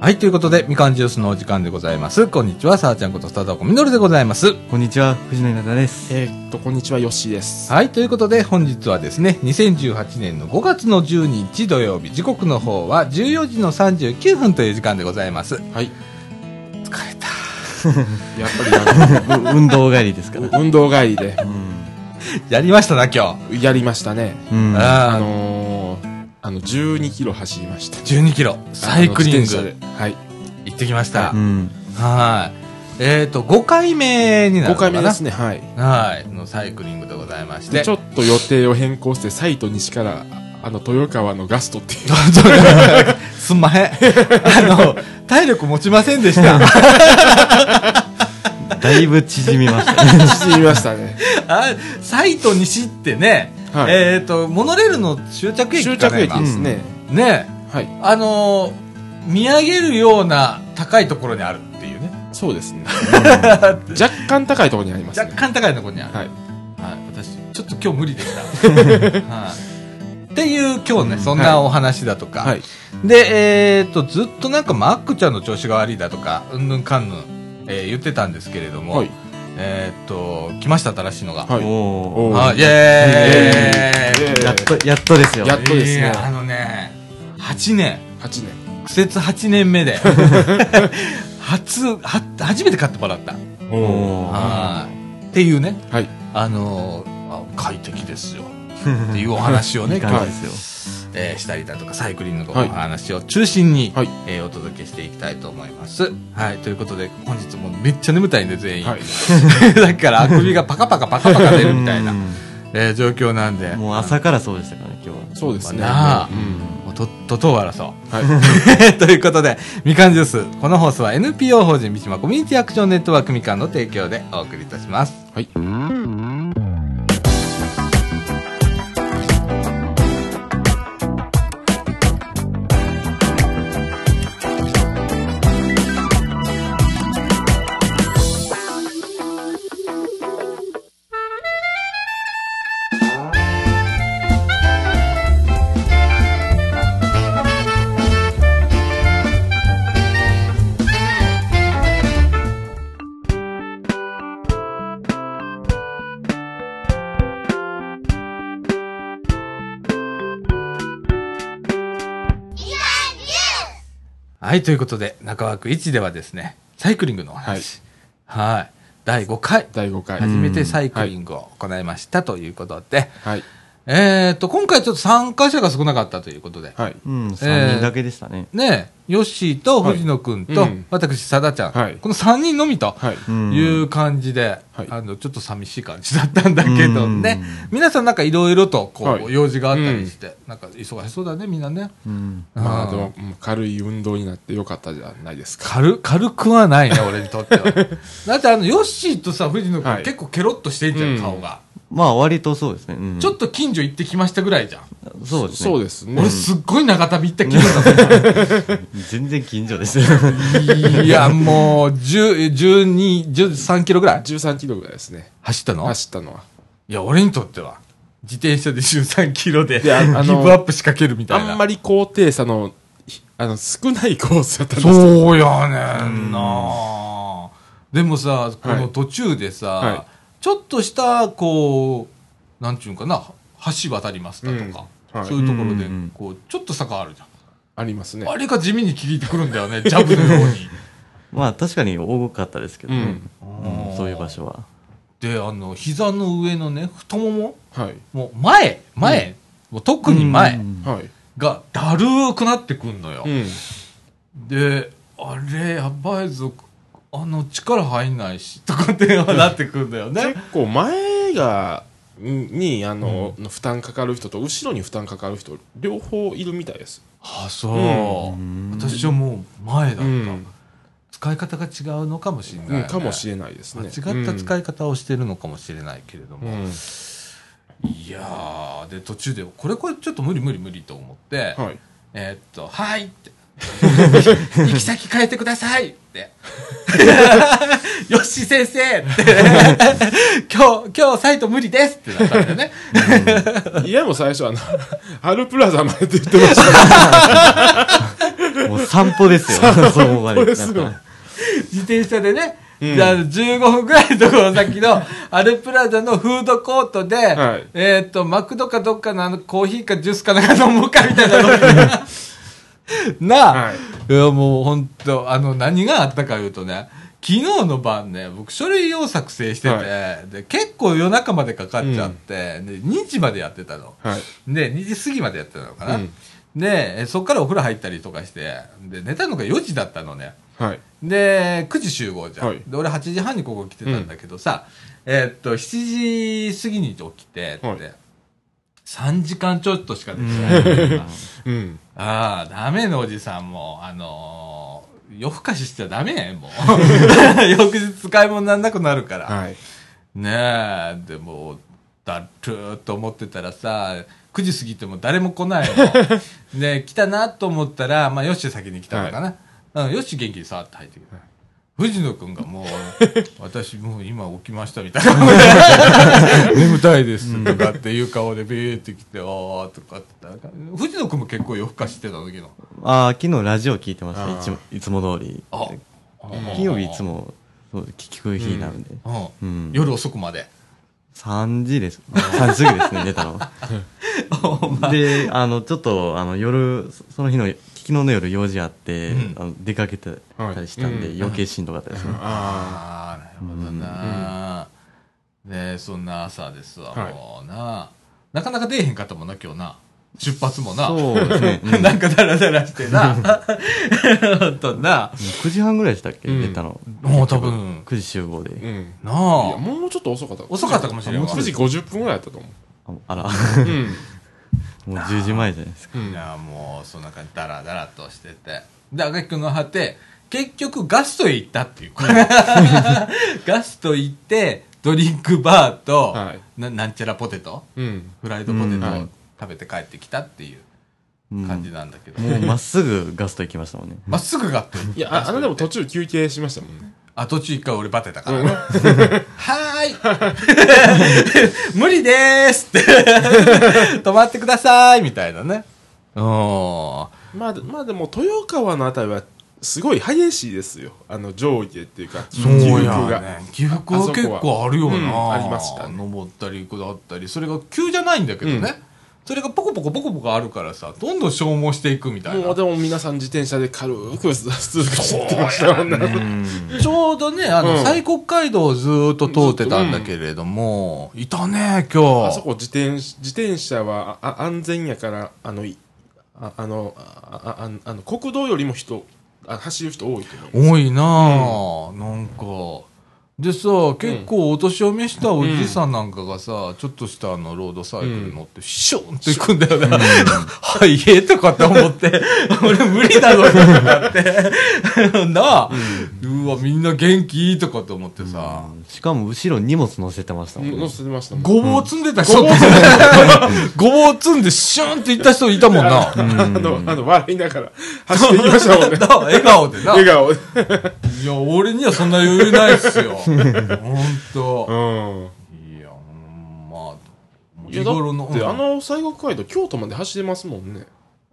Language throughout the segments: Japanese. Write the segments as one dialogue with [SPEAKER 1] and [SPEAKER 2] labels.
[SPEAKER 1] はい、ということで、みかんジュースのお時間でございます。こんにちは、さあちゃんこと、さだこみのるでございます。
[SPEAKER 2] こんにちは、藤野稲田です。
[SPEAKER 3] えーっと、こんにちは、ヨッシーです。
[SPEAKER 1] はい、ということで、本日はですね、2018年の5月の12日土曜日、時刻の方は14時の39分という時間でございます。疲
[SPEAKER 3] はい。
[SPEAKER 1] れた。
[SPEAKER 3] やっぱ
[SPEAKER 2] う運動帰りですから。
[SPEAKER 3] り、運動帰りで、
[SPEAKER 2] うん。
[SPEAKER 1] やりましたな、今日。
[SPEAKER 3] やりましたね。
[SPEAKER 2] うん。
[SPEAKER 1] あ
[SPEAKER 3] あ
[SPEAKER 1] あの、
[SPEAKER 3] のー、あの、12キロ走りました。
[SPEAKER 1] 12キロ、サイクリン
[SPEAKER 3] あの
[SPEAKER 1] グ、
[SPEAKER 3] 自転車ではい。
[SPEAKER 1] 行ってきました。
[SPEAKER 2] うん。
[SPEAKER 1] はい。えっ、ー、と、5回目になるの
[SPEAKER 3] 5
[SPEAKER 1] か
[SPEAKER 3] 回
[SPEAKER 1] な
[SPEAKER 3] 目ですね、はい。
[SPEAKER 1] はい。のサイクリングでございまし
[SPEAKER 3] で
[SPEAKER 1] て。
[SPEAKER 3] ちょっと予定を変更して、サイト西から、あの、豊川のガストっていう。
[SPEAKER 1] すんまへん。あの、体力持ちませんでした。
[SPEAKER 2] だいぶ縮みましたね。
[SPEAKER 3] 走りましたね。
[SPEAKER 1] あサイト西ってね、
[SPEAKER 3] はい
[SPEAKER 1] えっ、と、モノレールの終着駅か
[SPEAKER 3] 終
[SPEAKER 1] ね
[SPEAKER 3] 着駅
[SPEAKER 1] 今
[SPEAKER 3] ですね。
[SPEAKER 1] ね
[SPEAKER 3] はい。
[SPEAKER 1] あのー見上げるような高いところにあるっていうね。
[SPEAKER 3] そうですね。 若干高いところにあります
[SPEAKER 1] 若
[SPEAKER 3] ね。
[SPEAKER 1] 干高いところにある。は。
[SPEAKER 3] はいい。
[SPEAKER 1] 私、ちょっと今日無理で した。はい。っていう今日ね、そんなお話だとか。
[SPEAKER 3] はい。
[SPEAKER 1] で、えっ、と、ずっとなんかマックちゃんの調子が悪いだとか、うんぬんかんぬん、えー言ってたんですけれども、
[SPEAKER 3] はい。
[SPEAKER 1] えっ、と、来ました、新しいのが。
[SPEAKER 3] はい。
[SPEAKER 2] おー
[SPEAKER 3] お
[SPEAKER 1] あイェーイ
[SPEAKER 3] イエーイ
[SPEAKER 2] やっと、やっとですよ。
[SPEAKER 3] やっとですね
[SPEAKER 1] いやあのね、8年、
[SPEAKER 3] 8年。
[SPEAKER 1] 苦節8年 目で、初、は、初めて買ってもらった。
[SPEAKER 2] おー
[SPEAKER 1] はい。っていうね、
[SPEAKER 3] はい。
[SPEAKER 1] あのーあ快適ですよ。っていうお話を
[SPEAKER 2] い
[SPEAKER 1] ね、
[SPEAKER 2] い感
[SPEAKER 1] 今
[SPEAKER 2] じ
[SPEAKER 1] 日、
[SPEAKER 2] です
[SPEAKER 1] えーしたりだとか、サイクリングのお
[SPEAKER 3] はい
[SPEAKER 1] 話を中心に、
[SPEAKER 3] はい
[SPEAKER 1] えーお届けしていきたいと思います。はい。ということで、本日もめっちゃ眠たいんで、全員。
[SPEAKER 3] はい
[SPEAKER 1] だから、あくびがパカパカパカパカ出
[SPEAKER 2] よ。
[SPEAKER 1] るみたいな、
[SPEAKER 2] う
[SPEAKER 1] えー状況なんで。
[SPEAKER 2] んもう朝からそうでしたからね、今日は。
[SPEAKER 3] そうですね。
[SPEAKER 1] まあなあ
[SPEAKER 3] うん。
[SPEAKER 1] もうとっとと終わらそう。
[SPEAKER 3] はい。
[SPEAKER 1] ということで、みかんジュース、この放送は NPO 法人三島コミュニティアクションネットワークみかんの提供でお送りいたします。
[SPEAKER 3] はい。
[SPEAKER 1] はい、ということで、中枠1ではですね、サイクリングのお話。はい。第5回、
[SPEAKER 3] 第5回。
[SPEAKER 1] 初めてサイクリングを行いましたということで、
[SPEAKER 3] はい。
[SPEAKER 1] えっ、と、今回ちょっと参加者が少なかったということで、
[SPEAKER 3] はい。
[SPEAKER 2] うん、3人だけでしたね。
[SPEAKER 1] ねえ、ヨッシーと藤野くんと、
[SPEAKER 3] はいうん
[SPEAKER 1] 私、さだちゃん、
[SPEAKER 3] はい
[SPEAKER 1] この3人のみと、
[SPEAKER 3] はい。
[SPEAKER 2] うん
[SPEAKER 1] いう感じで、
[SPEAKER 3] はい
[SPEAKER 1] あのちょっと寂しい感じだったんだけどね、皆さんなんかいろいろとこう、
[SPEAKER 3] はい
[SPEAKER 1] 用事があったりして、なんか忙しそうだね、みんなね。
[SPEAKER 2] うん。
[SPEAKER 3] ま
[SPEAKER 1] う
[SPEAKER 3] あ
[SPEAKER 1] ん
[SPEAKER 3] でも、うん軽い運動になってよかったじゃないですか。
[SPEAKER 1] 軽軽くはないね、俺にとっては。だってあの、ヨッシーとさ、藤野君、
[SPEAKER 3] はい
[SPEAKER 1] 結構ケロッとしてんじゃん、
[SPEAKER 3] うん
[SPEAKER 1] 顔が。
[SPEAKER 2] まあ、割とそうですね。うん
[SPEAKER 1] ちょっと近所行ってきましたぐらいじゃん。
[SPEAKER 2] そうですね。
[SPEAKER 3] そうですね
[SPEAKER 1] 俺。すっごい長旅行った気分だった
[SPEAKER 2] 全然近所ですよ。
[SPEAKER 1] もん。いや、もう、10 12、13キロぐらい
[SPEAKER 3] 13キロぐらいですね。
[SPEAKER 1] 走ったの
[SPEAKER 3] 走ったのは。
[SPEAKER 1] いや、俺にとっては。自転車で13キロで、ギブ
[SPEAKER 3] や
[SPEAKER 1] ア
[SPEAKER 3] あの
[SPEAKER 1] ップ仕掛けるみたいな。
[SPEAKER 3] あんまり高低差の、ひあの、少ないコースだったんですけど。
[SPEAKER 1] そうやねんなでもさこの途中でさ、
[SPEAKER 3] はい
[SPEAKER 1] ちょっとしたこうなんちゅうんかな橋渡りますだとか、
[SPEAKER 3] うんはい
[SPEAKER 1] そういうところで
[SPEAKER 2] うんうんうん
[SPEAKER 1] こうちょっと坂あるじゃん、
[SPEAKER 3] ありますね。
[SPEAKER 1] あれが地味に効いてくるんだよねジャブのように
[SPEAKER 2] まあ、確かに多かったですけど
[SPEAKER 3] う
[SPEAKER 2] ね
[SPEAKER 3] ん。
[SPEAKER 2] うんそういう場所は。
[SPEAKER 1] であの膝の上のね太もも
[SPEAKER 3] はい。
[SPEAKER 1] もう前前、もう特に前
[SPEAKER 2] うん
[SPEAKER 3] はい。
[SPEAKER 1] がだるーくなってくんのよ、
[SPEAKER 3] うん。
[SPEAKER 1] であれやばいぞあの力入んないしとかってなってくんだよね
[SPEAKER 3] 結構前が、んに、あの、負担かかる人と、後ろに負担かかる人、両方いるみたいです。
[SPEAKER 1] あそう、
[SPEAKER 2] ん
[SPEAKER 1] 私はもう前だった、
[SPEAKER 3] うん
[SPEAKER 1] 使い方が違うのかもしれない、
[SPEAKER 3] うんかもしれないですね。
[SPEAKER 1] 間違った
[SPEAKER 3] い。
[SPEAKER 1] 使い方をしてるのかもしれないけれど
[SPEAKER 3] う
[SPEAKER 1] も、
[SPEAKER 3] ん。
[SPEAKER 1] いやーで途中でこれこれちょっと無理無理無理と思って、
[SPEAKER 3] はい。
[SPEAKER 1] えーっと「はい」って 行き先変えてください って。 よっしー先生って。 今日、今日サイト無理ですってなったんだよね。
[SPEAKER 3] 家も最初はな、ハルプラザまでって言ってました
[SPEAKER 2] もう散歩ですよ。そこまで。
[SPEAKER 3] これすごい
[SPEAKER 2] なんか
[SPEAKER 1] 自転車でね、じゃあ15分ぐらいのところの先 のアルプラザのフードコートで、
[SPEAKER 3] はい
[SPEAKER 1] えっ、と、マクドかどっかのあのコーヒーかジュースかなんか飲もうかみたいな のなあ、
[SPEAKER 3] はい
[SPEAKER 1] い、やもう本当あの何があったかいうとね、昨日の晩ね、僕書類を作成してて、
[SPEAKER 3] は
[SPEAKER 1] で結構夜中までかかっちゃって、で2時までやってたの。
[SPEAKER 3] はい。
[SPEAKER 1] で、2時過ぎまでやってたのかな。
[SPEAKER 3] うん
[SPEAKER 1] で、そっからお風呂入ったりとかして、で、寝たのが4時だったのね。
[SPEAKER 3] はい。
[SPEAKER 1] で9時集合じゃん、
[SPEAKER 3] はい
[SPEAKER 1] で俺8時半にここ来てたんだけどさ、えーっと7時過ぎに起きてって、
[SPEAKER 3] はい
[SPEAKER 1] 3時間ちょっとしか寝てない、
[SPEAKER 3] うん。
[SPEAKER 1] ああダメのおじさんもあのー夜更かししちゃダメもう 翌日使い物にならなくなるから、
[SPEAKER 3] はい。
[SPEAKER 1] ねえでもだるーっと思ってたらさ9時過ぎても誰も来ないので来たなと思ったら、まあ、ヨッシー先に来たのかな、うん、ヨッシー元気にさーって入ってきた、藤野君がもう私もう今起きましたみたいな眠たいですとかっていう顔でビーって来てあーとかって言ったら藤野君も結構夜更かししてた時の
[SPEAKER 2] ああ、昨日ラジオ聞いてました。
[SPEAKER 3] あ
[SPEAKER 2] い
[SPEAKER 3] ー
[SPEAKER 2] つもいつも通り。
[SPEAKER 1] あ
[SPEAKER 2] 金曜日いつもそう聞く日になるんで。
[SPEAKER 1] う
[SPEAKER 2] うんん
[SPEAKER 1] 夜遅くまで
[SPEAKER 2] 3時です。3時すぐですね、寝たの。で、あの、ちょっと、あの、夜、そその日の、昨日の夜用事あって、
[SPEAKER 1] うん
[SPEAKER 2] あの出かけてたりしたんで、
[SPEAKER 3] はい
[SPEAKER 2] 余計しんどかったですね。
[SPEAKER 1] あ
[SPEAKER 3] あ
[SPEAKER 1] あ、なるほどな。ねえそんな朝ですわ、
[SPEAKER 3] はい
[SPEAKER 1] もうな。なかなか出えへんかったもんな、今日な。出発も な。
[SPEAKER 2] そうですね。うんもう
[SPEAKER 1] なんかダラダラしてな。 ほんとな。
[SPEAKER 2] 9時半ぐらいでしたっけ、
[SPEAKER 3] うん
[SPEAKER 2] 寝たの。
[SPEAKER 1] もう多分、
[SPEAKER 2] 9時集合で
[SPEAKER 3] あ。。うん。
[SPEAKER 1] ない
[SPEAKER 3] や、
[SPEAKER 1] あ。
[SPEAKER 3] もうちょっと遅かった。
[SPEAKER 1] 遅かったかもしれんわ
[SPEAKER 3] 9時50分ぐらいやったと思
[SPEAKER 2] ああら、
[SPEAKER 3] う。うん。
[SPEAKER 2] もう10時前じゃない ですか。
[SPEAKER 3] うん
[SPEAKER 1] いや、もう、そんな感じ、ダラダラとしてて。で、赤木くんの果て、結局ガストへ行ったっていう。 ガスト行って、ドリンクバーと、
[SPEAKER 3] はい
[SPEAKER 1] ななんちゃらポテト
[SPEAKER 3] うん。
[SPEAKER 1] フライドポテ
[SPEAKER 2] うん
[SPEAKER 3] は
[SPEAKER 1] トを
[SPEAKER 3] い
[SPEAKER 1] 食べて帰ってきたっていう。
[SPEAKER 2] うん
[SPEAKER 1] 感じなんだけど、
[SPEAKER 2] もうまっすぐガスト行きましたもんね。
[SPEAKER 1] まっすぐが
[SPEAKER 3] いや、ああなたも途中休憩しましたもんね。
[SPEAKER 1] あ途中一回俺バテたから、ね、はーい 無理でーすって止まってくださいみたいなねうん
[SPEAKER 3] まあ、でまあでも、豊川のあたりは、すごい激しいですよ。あの、上下っていうか、
[SPEAKER 1] ね起伏は結構あるよな、
[SPEAKER 3] うんありましたね
[SPEAKER 1] 登ったり下ったりそれが急じゃないんだけどね、
[SPEAKER 3] うん
[SPEAKER 1] それがポコポコポコポコあるからさどんどん消耗していくみたいな
[SPEAKER 3] もうでも皆さん自転車で軽く続く走ってましたもんね。
[SPEAKER 1] ちょうどね、あの、
[SPEAKER 3] うん
[SPEAKER 1] 最国街道をずーっと通ってたんだけれども、いたね、今日。
[SPEAKER 3] あそこ自転自転車はああ安全やからあのいああのああああの国道よりも人あ走る人多いと思う
[SPEAKER 1] 多いなあ、なんかでさ結構お年を召したおじさんなんかがさ、ちょっとしたあのロードサイクル乗ってシュンって行くんだよ ね、はいええとかって思って 俺無理だろとかって なあ、うわみんな元気いいとかって思ってさ、
[SPEAKER 2] うんしかも後ろ荷物乗せてましたもん
[SPEAKER 3] うん
[SPEAKER 2] ね
[SPEAKER 3] 乗。せてましたもん
[SPEAKER 1] ごぼう積んでた人、 ごぼう積んでシュンって行った人いたもんな。
[SPEAKER 3] あのあの笑いながら走っていきましたも んね
[SPEAKER 1] なあ笑顔でな。
[SPEAKER 3] 笑顔で
[SPEAKER 1] いや、俺にはそんな余裕ないっすよ。ほんと。
[SPEAKER 3] うん
[SPEAKER 1] いや、ほんま、
[SPEAKER 3] いや
[SPEAKER 1] 日
[SPEAKER 3] だ
[SPEAKER 1] 頃の。
[SPEAKER 3] って
[SPEAKER 1] うん
[SPEAKER 3] あの西国街道京都まで走れますもんね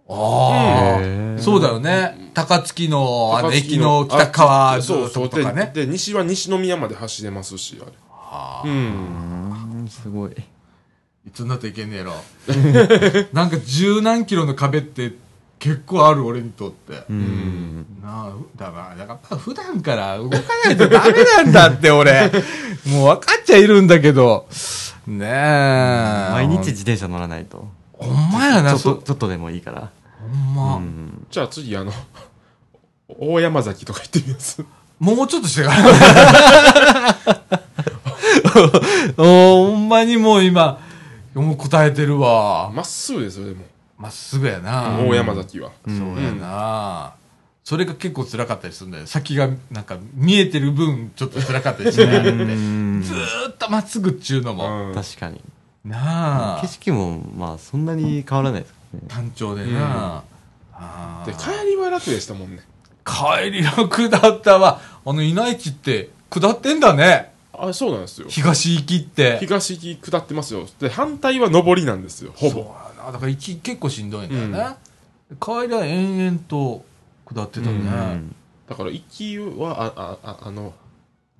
[SPEAKER 1] ああ、
[SPEAKER 2] へえ
[SPEAKER 1] そうだよね。高槻の、あの、
[SPEAKER 3] 高槻
[SPEAKER 1] 駅の北側
[SPEAKER 3] あ
[SPEAKER 1] ず
[SPEAKER 3] そう
[SPEAKER 1] っ
[SPEAKER 3] そ
[SPEAKER 1] と
[SPEAKER 3] う
[SPEAKER 1] とかね。
[SPEAKER 3] でで西は西宮まで走れますしあれ
[SPEAKER 1] あ
[SPEAKER 3] う
[SPEAKER 1] あ
[SPEAKER 3] ん
[SPEAKER 2] うんすごい。
[SPEAKER 1] いつになっていけんねやろ。 なんか十何キロの壁って結構ある、俺にとって。
[SPEAKER 2] うん。
[SPEAKER 1] なあ、だから、だから普段から動かないとダメなんだって、俺。もう分かっちゃいるんだけど。ねえ。
[SPEAKER 2] 毎日自転車乗らないと。
[SPEAKER 1] ほんまや
[SPEAKER 2] ちょ
[SPEAKER 1] な、
[SPEAKER 2] っ
[SPEAKER 1] そ
[SPEAKER 2] と、
[SPEAKER 1] ほ
[SPEAKER 2] ちょっとでもいいから。
[SPEAKER 1] んま。
[SPEAKER 2] うん。
[SPEAKER 3] じゃあ次あの大山崎とか行ってみます
[SPEAKER 1] もうちょっとしてから。 おほんまにもう今、もう答えてるわ。
[SPEAKER 3] まっすぐですよでも
[SPEAKER 1] まっすぐやな。
[SPEAKER 3] 大山崎は
[SPEAKER 1] そうやな。それが結構辛かったりするんだよ。先がなんか見えてる分、ちょっと辛かったりしてね
[SPEAKER 2] うん
[SPEAKER 1] ずーっとまっすぐっちゅうのも。
[SPEAKER 3] うん
[SPEAKER 2] 確かに。
[SPEAKER 1] なあ
[SPEAKER 2] 景。色も、まあ、そんなに変わらないですからね。
[SPEAKER 1] 単調でな。ああー
[SPEAKER 3] で帰りは楽でしたもんね
[SPEAKER 1] 帰り楽だったわ。あの、稲市って下ってんだね。
[SPEAKER 3] あそうなんですよ
[SPEAKER 1] 東行きって。
[SPEAKER 3] 東行き下ってますよで反対は上りなんですよほ
[SPEAKER 1] そう
[SPEAKER 3] ぼ
[SPEAKER 1] やなだから行き結構しんどいんだよね。帰りは延々と下ってたね。
[SPEAKER 3] う
[SPEAKER 2] う
[SPEAKER 3] ん
[SPEAKER 2] ん
[SPEAKER 3] だから行きはああああの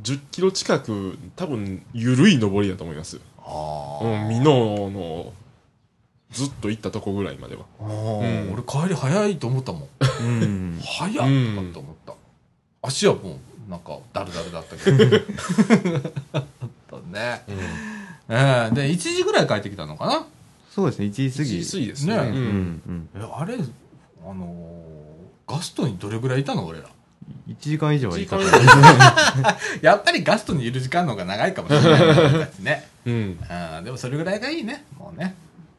[SPEAKER 3] 10キロ近く多分緩い上りだと思いますよ、
[SPEAKER 1] あ
[SPEAKER 3] う
[SPEAKER 1] ー
[SPEAKER 3] ん、美濃のずっと行ったとこぐらいまでは
[SPEAKER 1] あー
[SPEAKER 3] うん
[SPEAKER 1] 俺帰り早いと思ったもん。
[SPEAKER 2] うん
[SPEAKER 1] 早っと
[SPEAKER 3] うん
[SPEAKER 1] 思った。足はもう、なんか、だるだるだったけ ど。だったね。ええで、1時ぐらい帰ってきたのかな
[SPEAKER 2] そうですね、1時過ぎ。
[SPEAKER 3] 一時過ぎですね
[SPEAKER 1] ね
[SPEAKER 3] う
[SPEAKER 2] う
[SPEAKER 3] ん
[SPEAKER 2] んうん。
[SPEAKER 1] えあれあのーガストにどれぐらいいたの俺ら
[SPEAKER 2] 1時間以上はいたと
[SPEAKER 3] 一
[SPEAKER 2] 思
[SPEAKER 3] 時
[SPEAKER 2] い
[SPEAKER 3] 間
[SPEAKER 2] ます。
[SPEAKER 1] やっぱりガストにいる時間の方が長いかもしれない俺た ちね
[SPEAKER 3] うん
[SPEAKER 1] うんでもそれぐらいがいいねもうね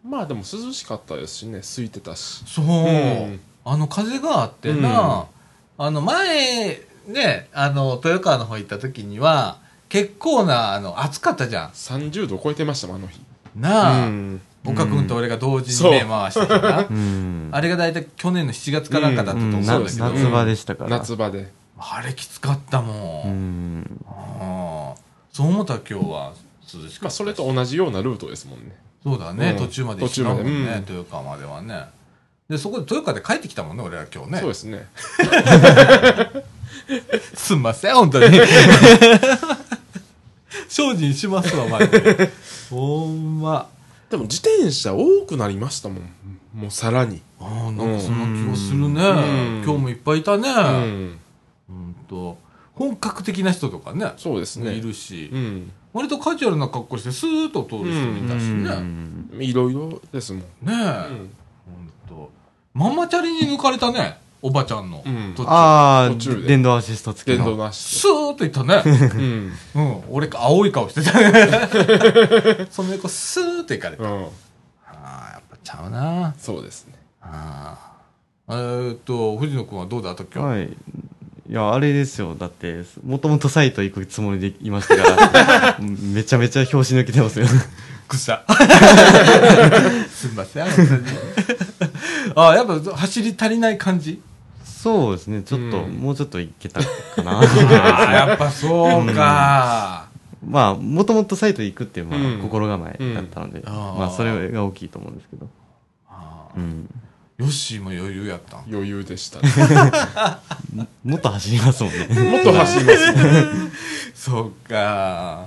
[SPEAKER 3] まあでも涼しかったですしね空いてたし
[SPEAKER 1] そう、
[SPEAKER 3] ん
[SPEAKER 1] あの風があってな、あの前ねあの豊川の方行った時には結構なあの暑かったじゃ
[SPEAKER 3] 30度超えてましたもんあの日
[SPEAKER 1] んなあ、
[SPEAKER 3] うん
[SPEAKER 1] 岡君と俺が同時に目
[SPEAKER 3] そう
[SPEAKER 1] 回してたな、
[SPEAKER 2] うん。
[SPEAKER 1] あれが大体去年の7月かなんかだったと
[SPEAKER 2] う
[SPEAKER 1] 思うんんだ
[SPEAKER 2] な
[SPEAKER 3] そうで
[SPEAKER 1] け
[SPEAKER 3] す
[SPEAKER 1] ど、
[SPEAKER 3] ね
[SPEAKER 2] 夏場でしたから。
[SPEAKER 3] 夏場で
[SPEAKER 1] あれきつかったも
[SPEAKER 2] うんん。
[SPEAKER 1] ああそう思ったら今日は涼しかったし
[SPEAKER 3] まあそれと同じようなルートですもんね
[SPEAKER 1] そうだね、
[SPEAKER 3] うん
[SPEAKER 1] 途中まで一緒だもんね、
[SPEAKER 3] 途中までうん
[SPEAKER 1] 豊川まではねでそこで豊川で帰ってきたもんね俺は今日ね
[SPEAKER 3] そうですね
[SPEAKER 1] すんません本当 に精進しますわマジでほんま
[SPEAKER 3] でも自転車多くなりましたもんもうさらに
[SPEAKER 1] ああなんかそんな気がするね、
[SPEAKER 3] うん
[SPEAKER 1] 今日もいっぱいいたね、
[SPEAKER 3] う
[SPEAKER 1] うん、
[SPEAKER 3] ん
[SPEAKER 1] と本格的な人とかね
[SPEAKER 3] そうですね
[SPEAKER 1] いるし、
[SPEAKER 3] うん
[SPEAKER 1] 割とカジュアルな格好してスーッと通る人もいたしね、
[SPEAKER 2] うん
[SPEAKER 3] いろいろですもん
[SPEAKER 1] ねえ、本当。ママチャリに抜かれたね、おばちゃんの。
[SPEAKER 3] うん
[SPEAKER 1] 途中
[SPEAKER 2] あ
[SPEAKER 3] 途中
[SPEAKER 2] あ、
[SPEAKER 3] で
[SPEAKER 2] 電動アシスト付き
[SPEAKER 3] 電動
[SPEAKER 2] の。
[SPEAKER 3] な し
[SPEAKER 1] スーッといったね。
[SPEAKER 3] でうん
[SPEAKER 1] うん、俺、青い顔してたね。 その横、スーッと行かれた。
[SPEAKER 3] うん
[SPEAKER 1] ああ、やっぱちゃうな。
[SPEAKER 3] そうですね
[SPEAKER 1] ああ。えーっと、藤野君はどうだったっけ、
[SPEAKER 2] はい。いや、あれですよ。だって、もともとサイト行くつもりでいました から、うんめちゃめちゃ拍子抜けてますよ。
[SPEAKER 1] 草。すんません、本当にああ、やっぱ走り足りない感じ
[SPEAKER 2] そうですね、ちょっと、
[SPEAKER 3] うん
[SPEAKER 2] もうちょっといけたか な。
[SPEAKER 1] ああ、やっぱそうか。
[SPEAKER 2] まあ、もともとサイト行くっていう、ま
[SPEAKER 3] うん
[SPEAKER 2] あ、心構えだったので、
[SPEAKER 1] んあー
[SPEAKER 2] まあ、それが大きいと思うんですけど。
[SPEAKER 1] ああ
[SPEAKER 2] うん。
[SPEAKER 1] ヨッシーも余裕やったん
[SPEAKER 3] 余裕でした、
[SPEAKER 2] もっと走りますもんね。
[SPEAKER 3] もっと走りますもん
[SPEAKER 1] そうか。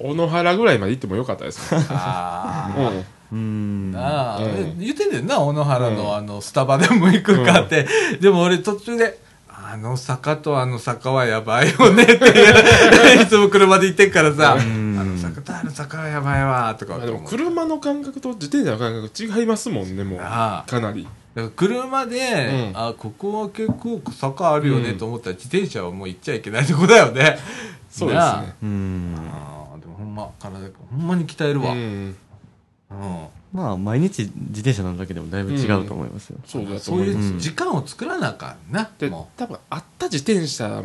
[SPEAKER 3] お小野原ぐらいまで行ってもよかったですもん
[SPEAKER 1] ああ。
[SPEAKER 3] うん
[SPEAKER 2] うん。
[SPEAKER 1] なあ、
[SPEAKER 3] うん
[SPEAKER 1] 言ってんだよな小野原の,、
[SPEAKER 3] うん
[SPEAKER 1] あのスタバでも行くかって、でも俺途中で「あの坂とあの坂はやばいよね」っていう いつも車で行ってっからさ「あ
[SPEAKER 2] ん
[SPEAKER 1] の坂とあの坂はやばいわ」とか
[SPEAKER 3] ま
[SPEAKER 1] 思
[SPEAKER 3] あで
[SPEAKER 1] う
[SPEAKER 3] も車の感覚と自転車の感覚違いますもんねもう
[SPEAKER 1] あ
[SPEAKER 3] か
[SPEAKER 1] あ
[SPEAKER 3] なり
[SPEAKER 1] だから車で、
[SPEAKER 3] うん
[SPEAKER 1] あここは結構坂あるよね
[SPEAKER 3] うん
[SPEAKER 1] と思ったら自転車はもう行っちゃいけないとこだよね
[SPEAKER 3] そうです
[SPEAKER 1] な
[SPEAKER 3] ね
[SPEAKER 2] うん。
[SPEAKER 1] ああーでもほんま体ほんまに鍛えるわ、
[SPEAKER 3] う
[SPEAKER 1] うん
[SPEAKER 3] ん
[SPEAKER 2] まあ、毎日自転車乗るだけでもだいぶ違うと思いますよ。
[SPEAKER 3] そうだと
[SPEAKER 1] そう
[SPEAKER 3] 思
[SPEAKER 1] い
[SPEAKER 3] います
[SPEAKER 1] う時間を作らなあかんな、
[SPEAKER 3] で
[SPEAKER 1] も
[SPEAKER 3] 多分あった自転車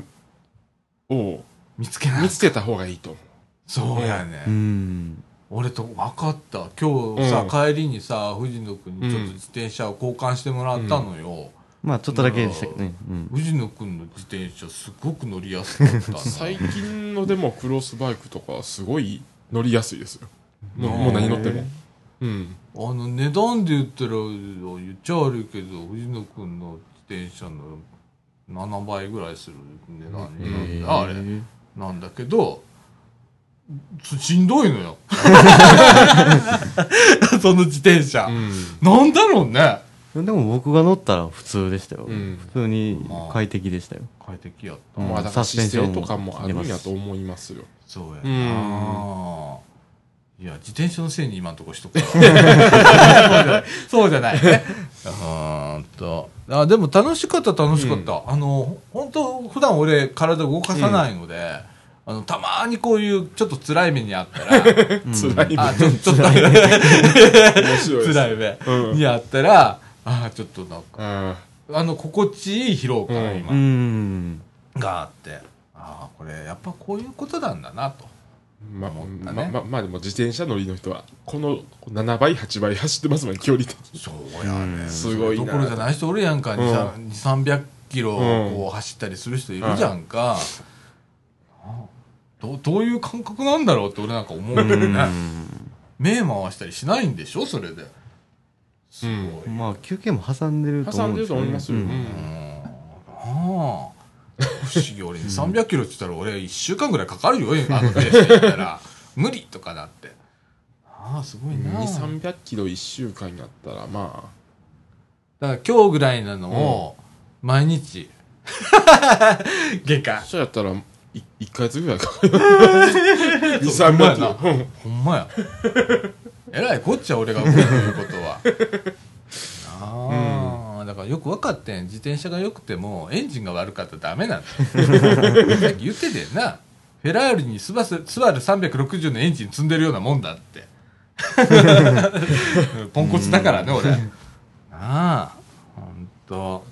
[SPEAKER 3] を
[SPEAKER 1] う見つけな
[SPEAKER 3] 見つけた方がいいと思
[SPEAKER 1] そうやね、
[SPEAKER 2] うん。
[SPEAKER 1] 俺と分かった今日さ、
[SPEAKER 3] うん
[SPEAKER 1] 帰りにさ藤野君にちょっ
[SPEAKER 3] うん
[SPEAKER 1] と自転車を交換してもらったのよ、
[SPEAKER 2] まあ、ちょっとだけでしたけどね。うん。
[SPEAKER 1] 藤野君の自転車すごく乗りやすか ったな
[SPEAKER 3] う最近のでもクロスバイクとかすごい乗りやすいですよも
[SPEAKER 1] ねえ
[SPEAKER 3] うもう何乗ってもうん
[SPEAKER 1] あの値段で言ったら言っちゃ悪いけど藤野君の自転車の7倍ぐらいする値段になるんだ、あれなんだけどつしんどい のよその自転車、なんだろうね
[SPEAKER 2] でも僕が乗ったら普通でしたよ。
[SPEAKER 3] うん
[SPEAKER 2] 普通に快適でしたよ。
[SPEAKER 1] 快適やった
[SPEAKER 2] うん
[SPEAKER 3] まあだから姿勢とかもあるんやと思いますよ
[SPEAKER 1] そうや
[SPEAKER 3] う
[SPEAKER 1] な。いや、自転車のせいに今のとこしとく から。そうじゃない。そうじゃないね。あーんと。あ、でも楽しかった、楽しかった。あの、本当普段俺、体動かさないので、あの、たまーにこういう、ちょっと辛い目にあった ら、
[SPEAKER 3] 辛い
[SPEAKER 1] あ、
[SPEAKER 3] ね
[SPEAKER 1] ちょちょっと、
[SPEAKER 3] 面白いです
[SPEAKER 1] 辛い目
[SPEAKER 3] うん
[SPEAKER 1] にあったら、あー、ちょっとなんか、
[SPEAKER 3] うん
[SPEAKER 1] あの、心地いい疲労感、
[SPEAKER 2] う
[SPEAKER 1] 今、
[SPEAKER 2] ん。
[SPEAKER 1] があって、ああ、これ、やっぱこういうことなんだな、と。
[SPEAKER 3] まあ、
[SPEAKER 1] 思った
[SPEAKER 3] ま
[SPEAKER 1] ね
[SPEAKER 3] まままあでも自転車乗りの人はこの7倍8倍走ってますもんね距離的に
[SPEAKER 1] そうやね、
[SPEAKER 3] んすごいな
[SPEAKER 1] どころじゃない人おるやんか、2 3 0 0キロこう走ったりする人いるじゃんか、どうどういう感覚なんだろうって俺なんか思うよ
[SPEAKER 2] う
[SPEAKER 1] ね
[SPEAKER 2] ん
[SPEAKER 1] 目回したりしないんでしょそれですごい、うん、
[SPEAKER 2] まあ休憩も挟んでると思
[SPEAKER 3] 挟
[SPEAKER 2] うん
[SPEAKER 3] んでると思いますよ、
[SPEAKER 2] うん
[SPEAKER 3] うん
[SPEAKER 1] ああ不思議俺2 3 0 0キロって言ったら俺1週間ぐらいかかるよあのペースでやったら無理とかなってああすごいな
[SPEAKER 3] 2 3 0 0キロ1週間やったらま
[SPEAKER 1] だから今日ぐらいなのを毎日 下
[SPEAKER 3] あ
[SPEAKER 1] 下
[SPEAKER 3] そうやったら1ヶ月ぐらいかかる2 3 0 0キロうん
[SPEAKER 1] ほんまや えらいこっちゃ俺が思うということはああ、だからよく分かってん自転車が良くてもエンジンが悪かったらダメなんださっき言っててんなフェラーリにスバススバル360のエンジン積んでるようなもんだってポンコツだからね俺なあほんと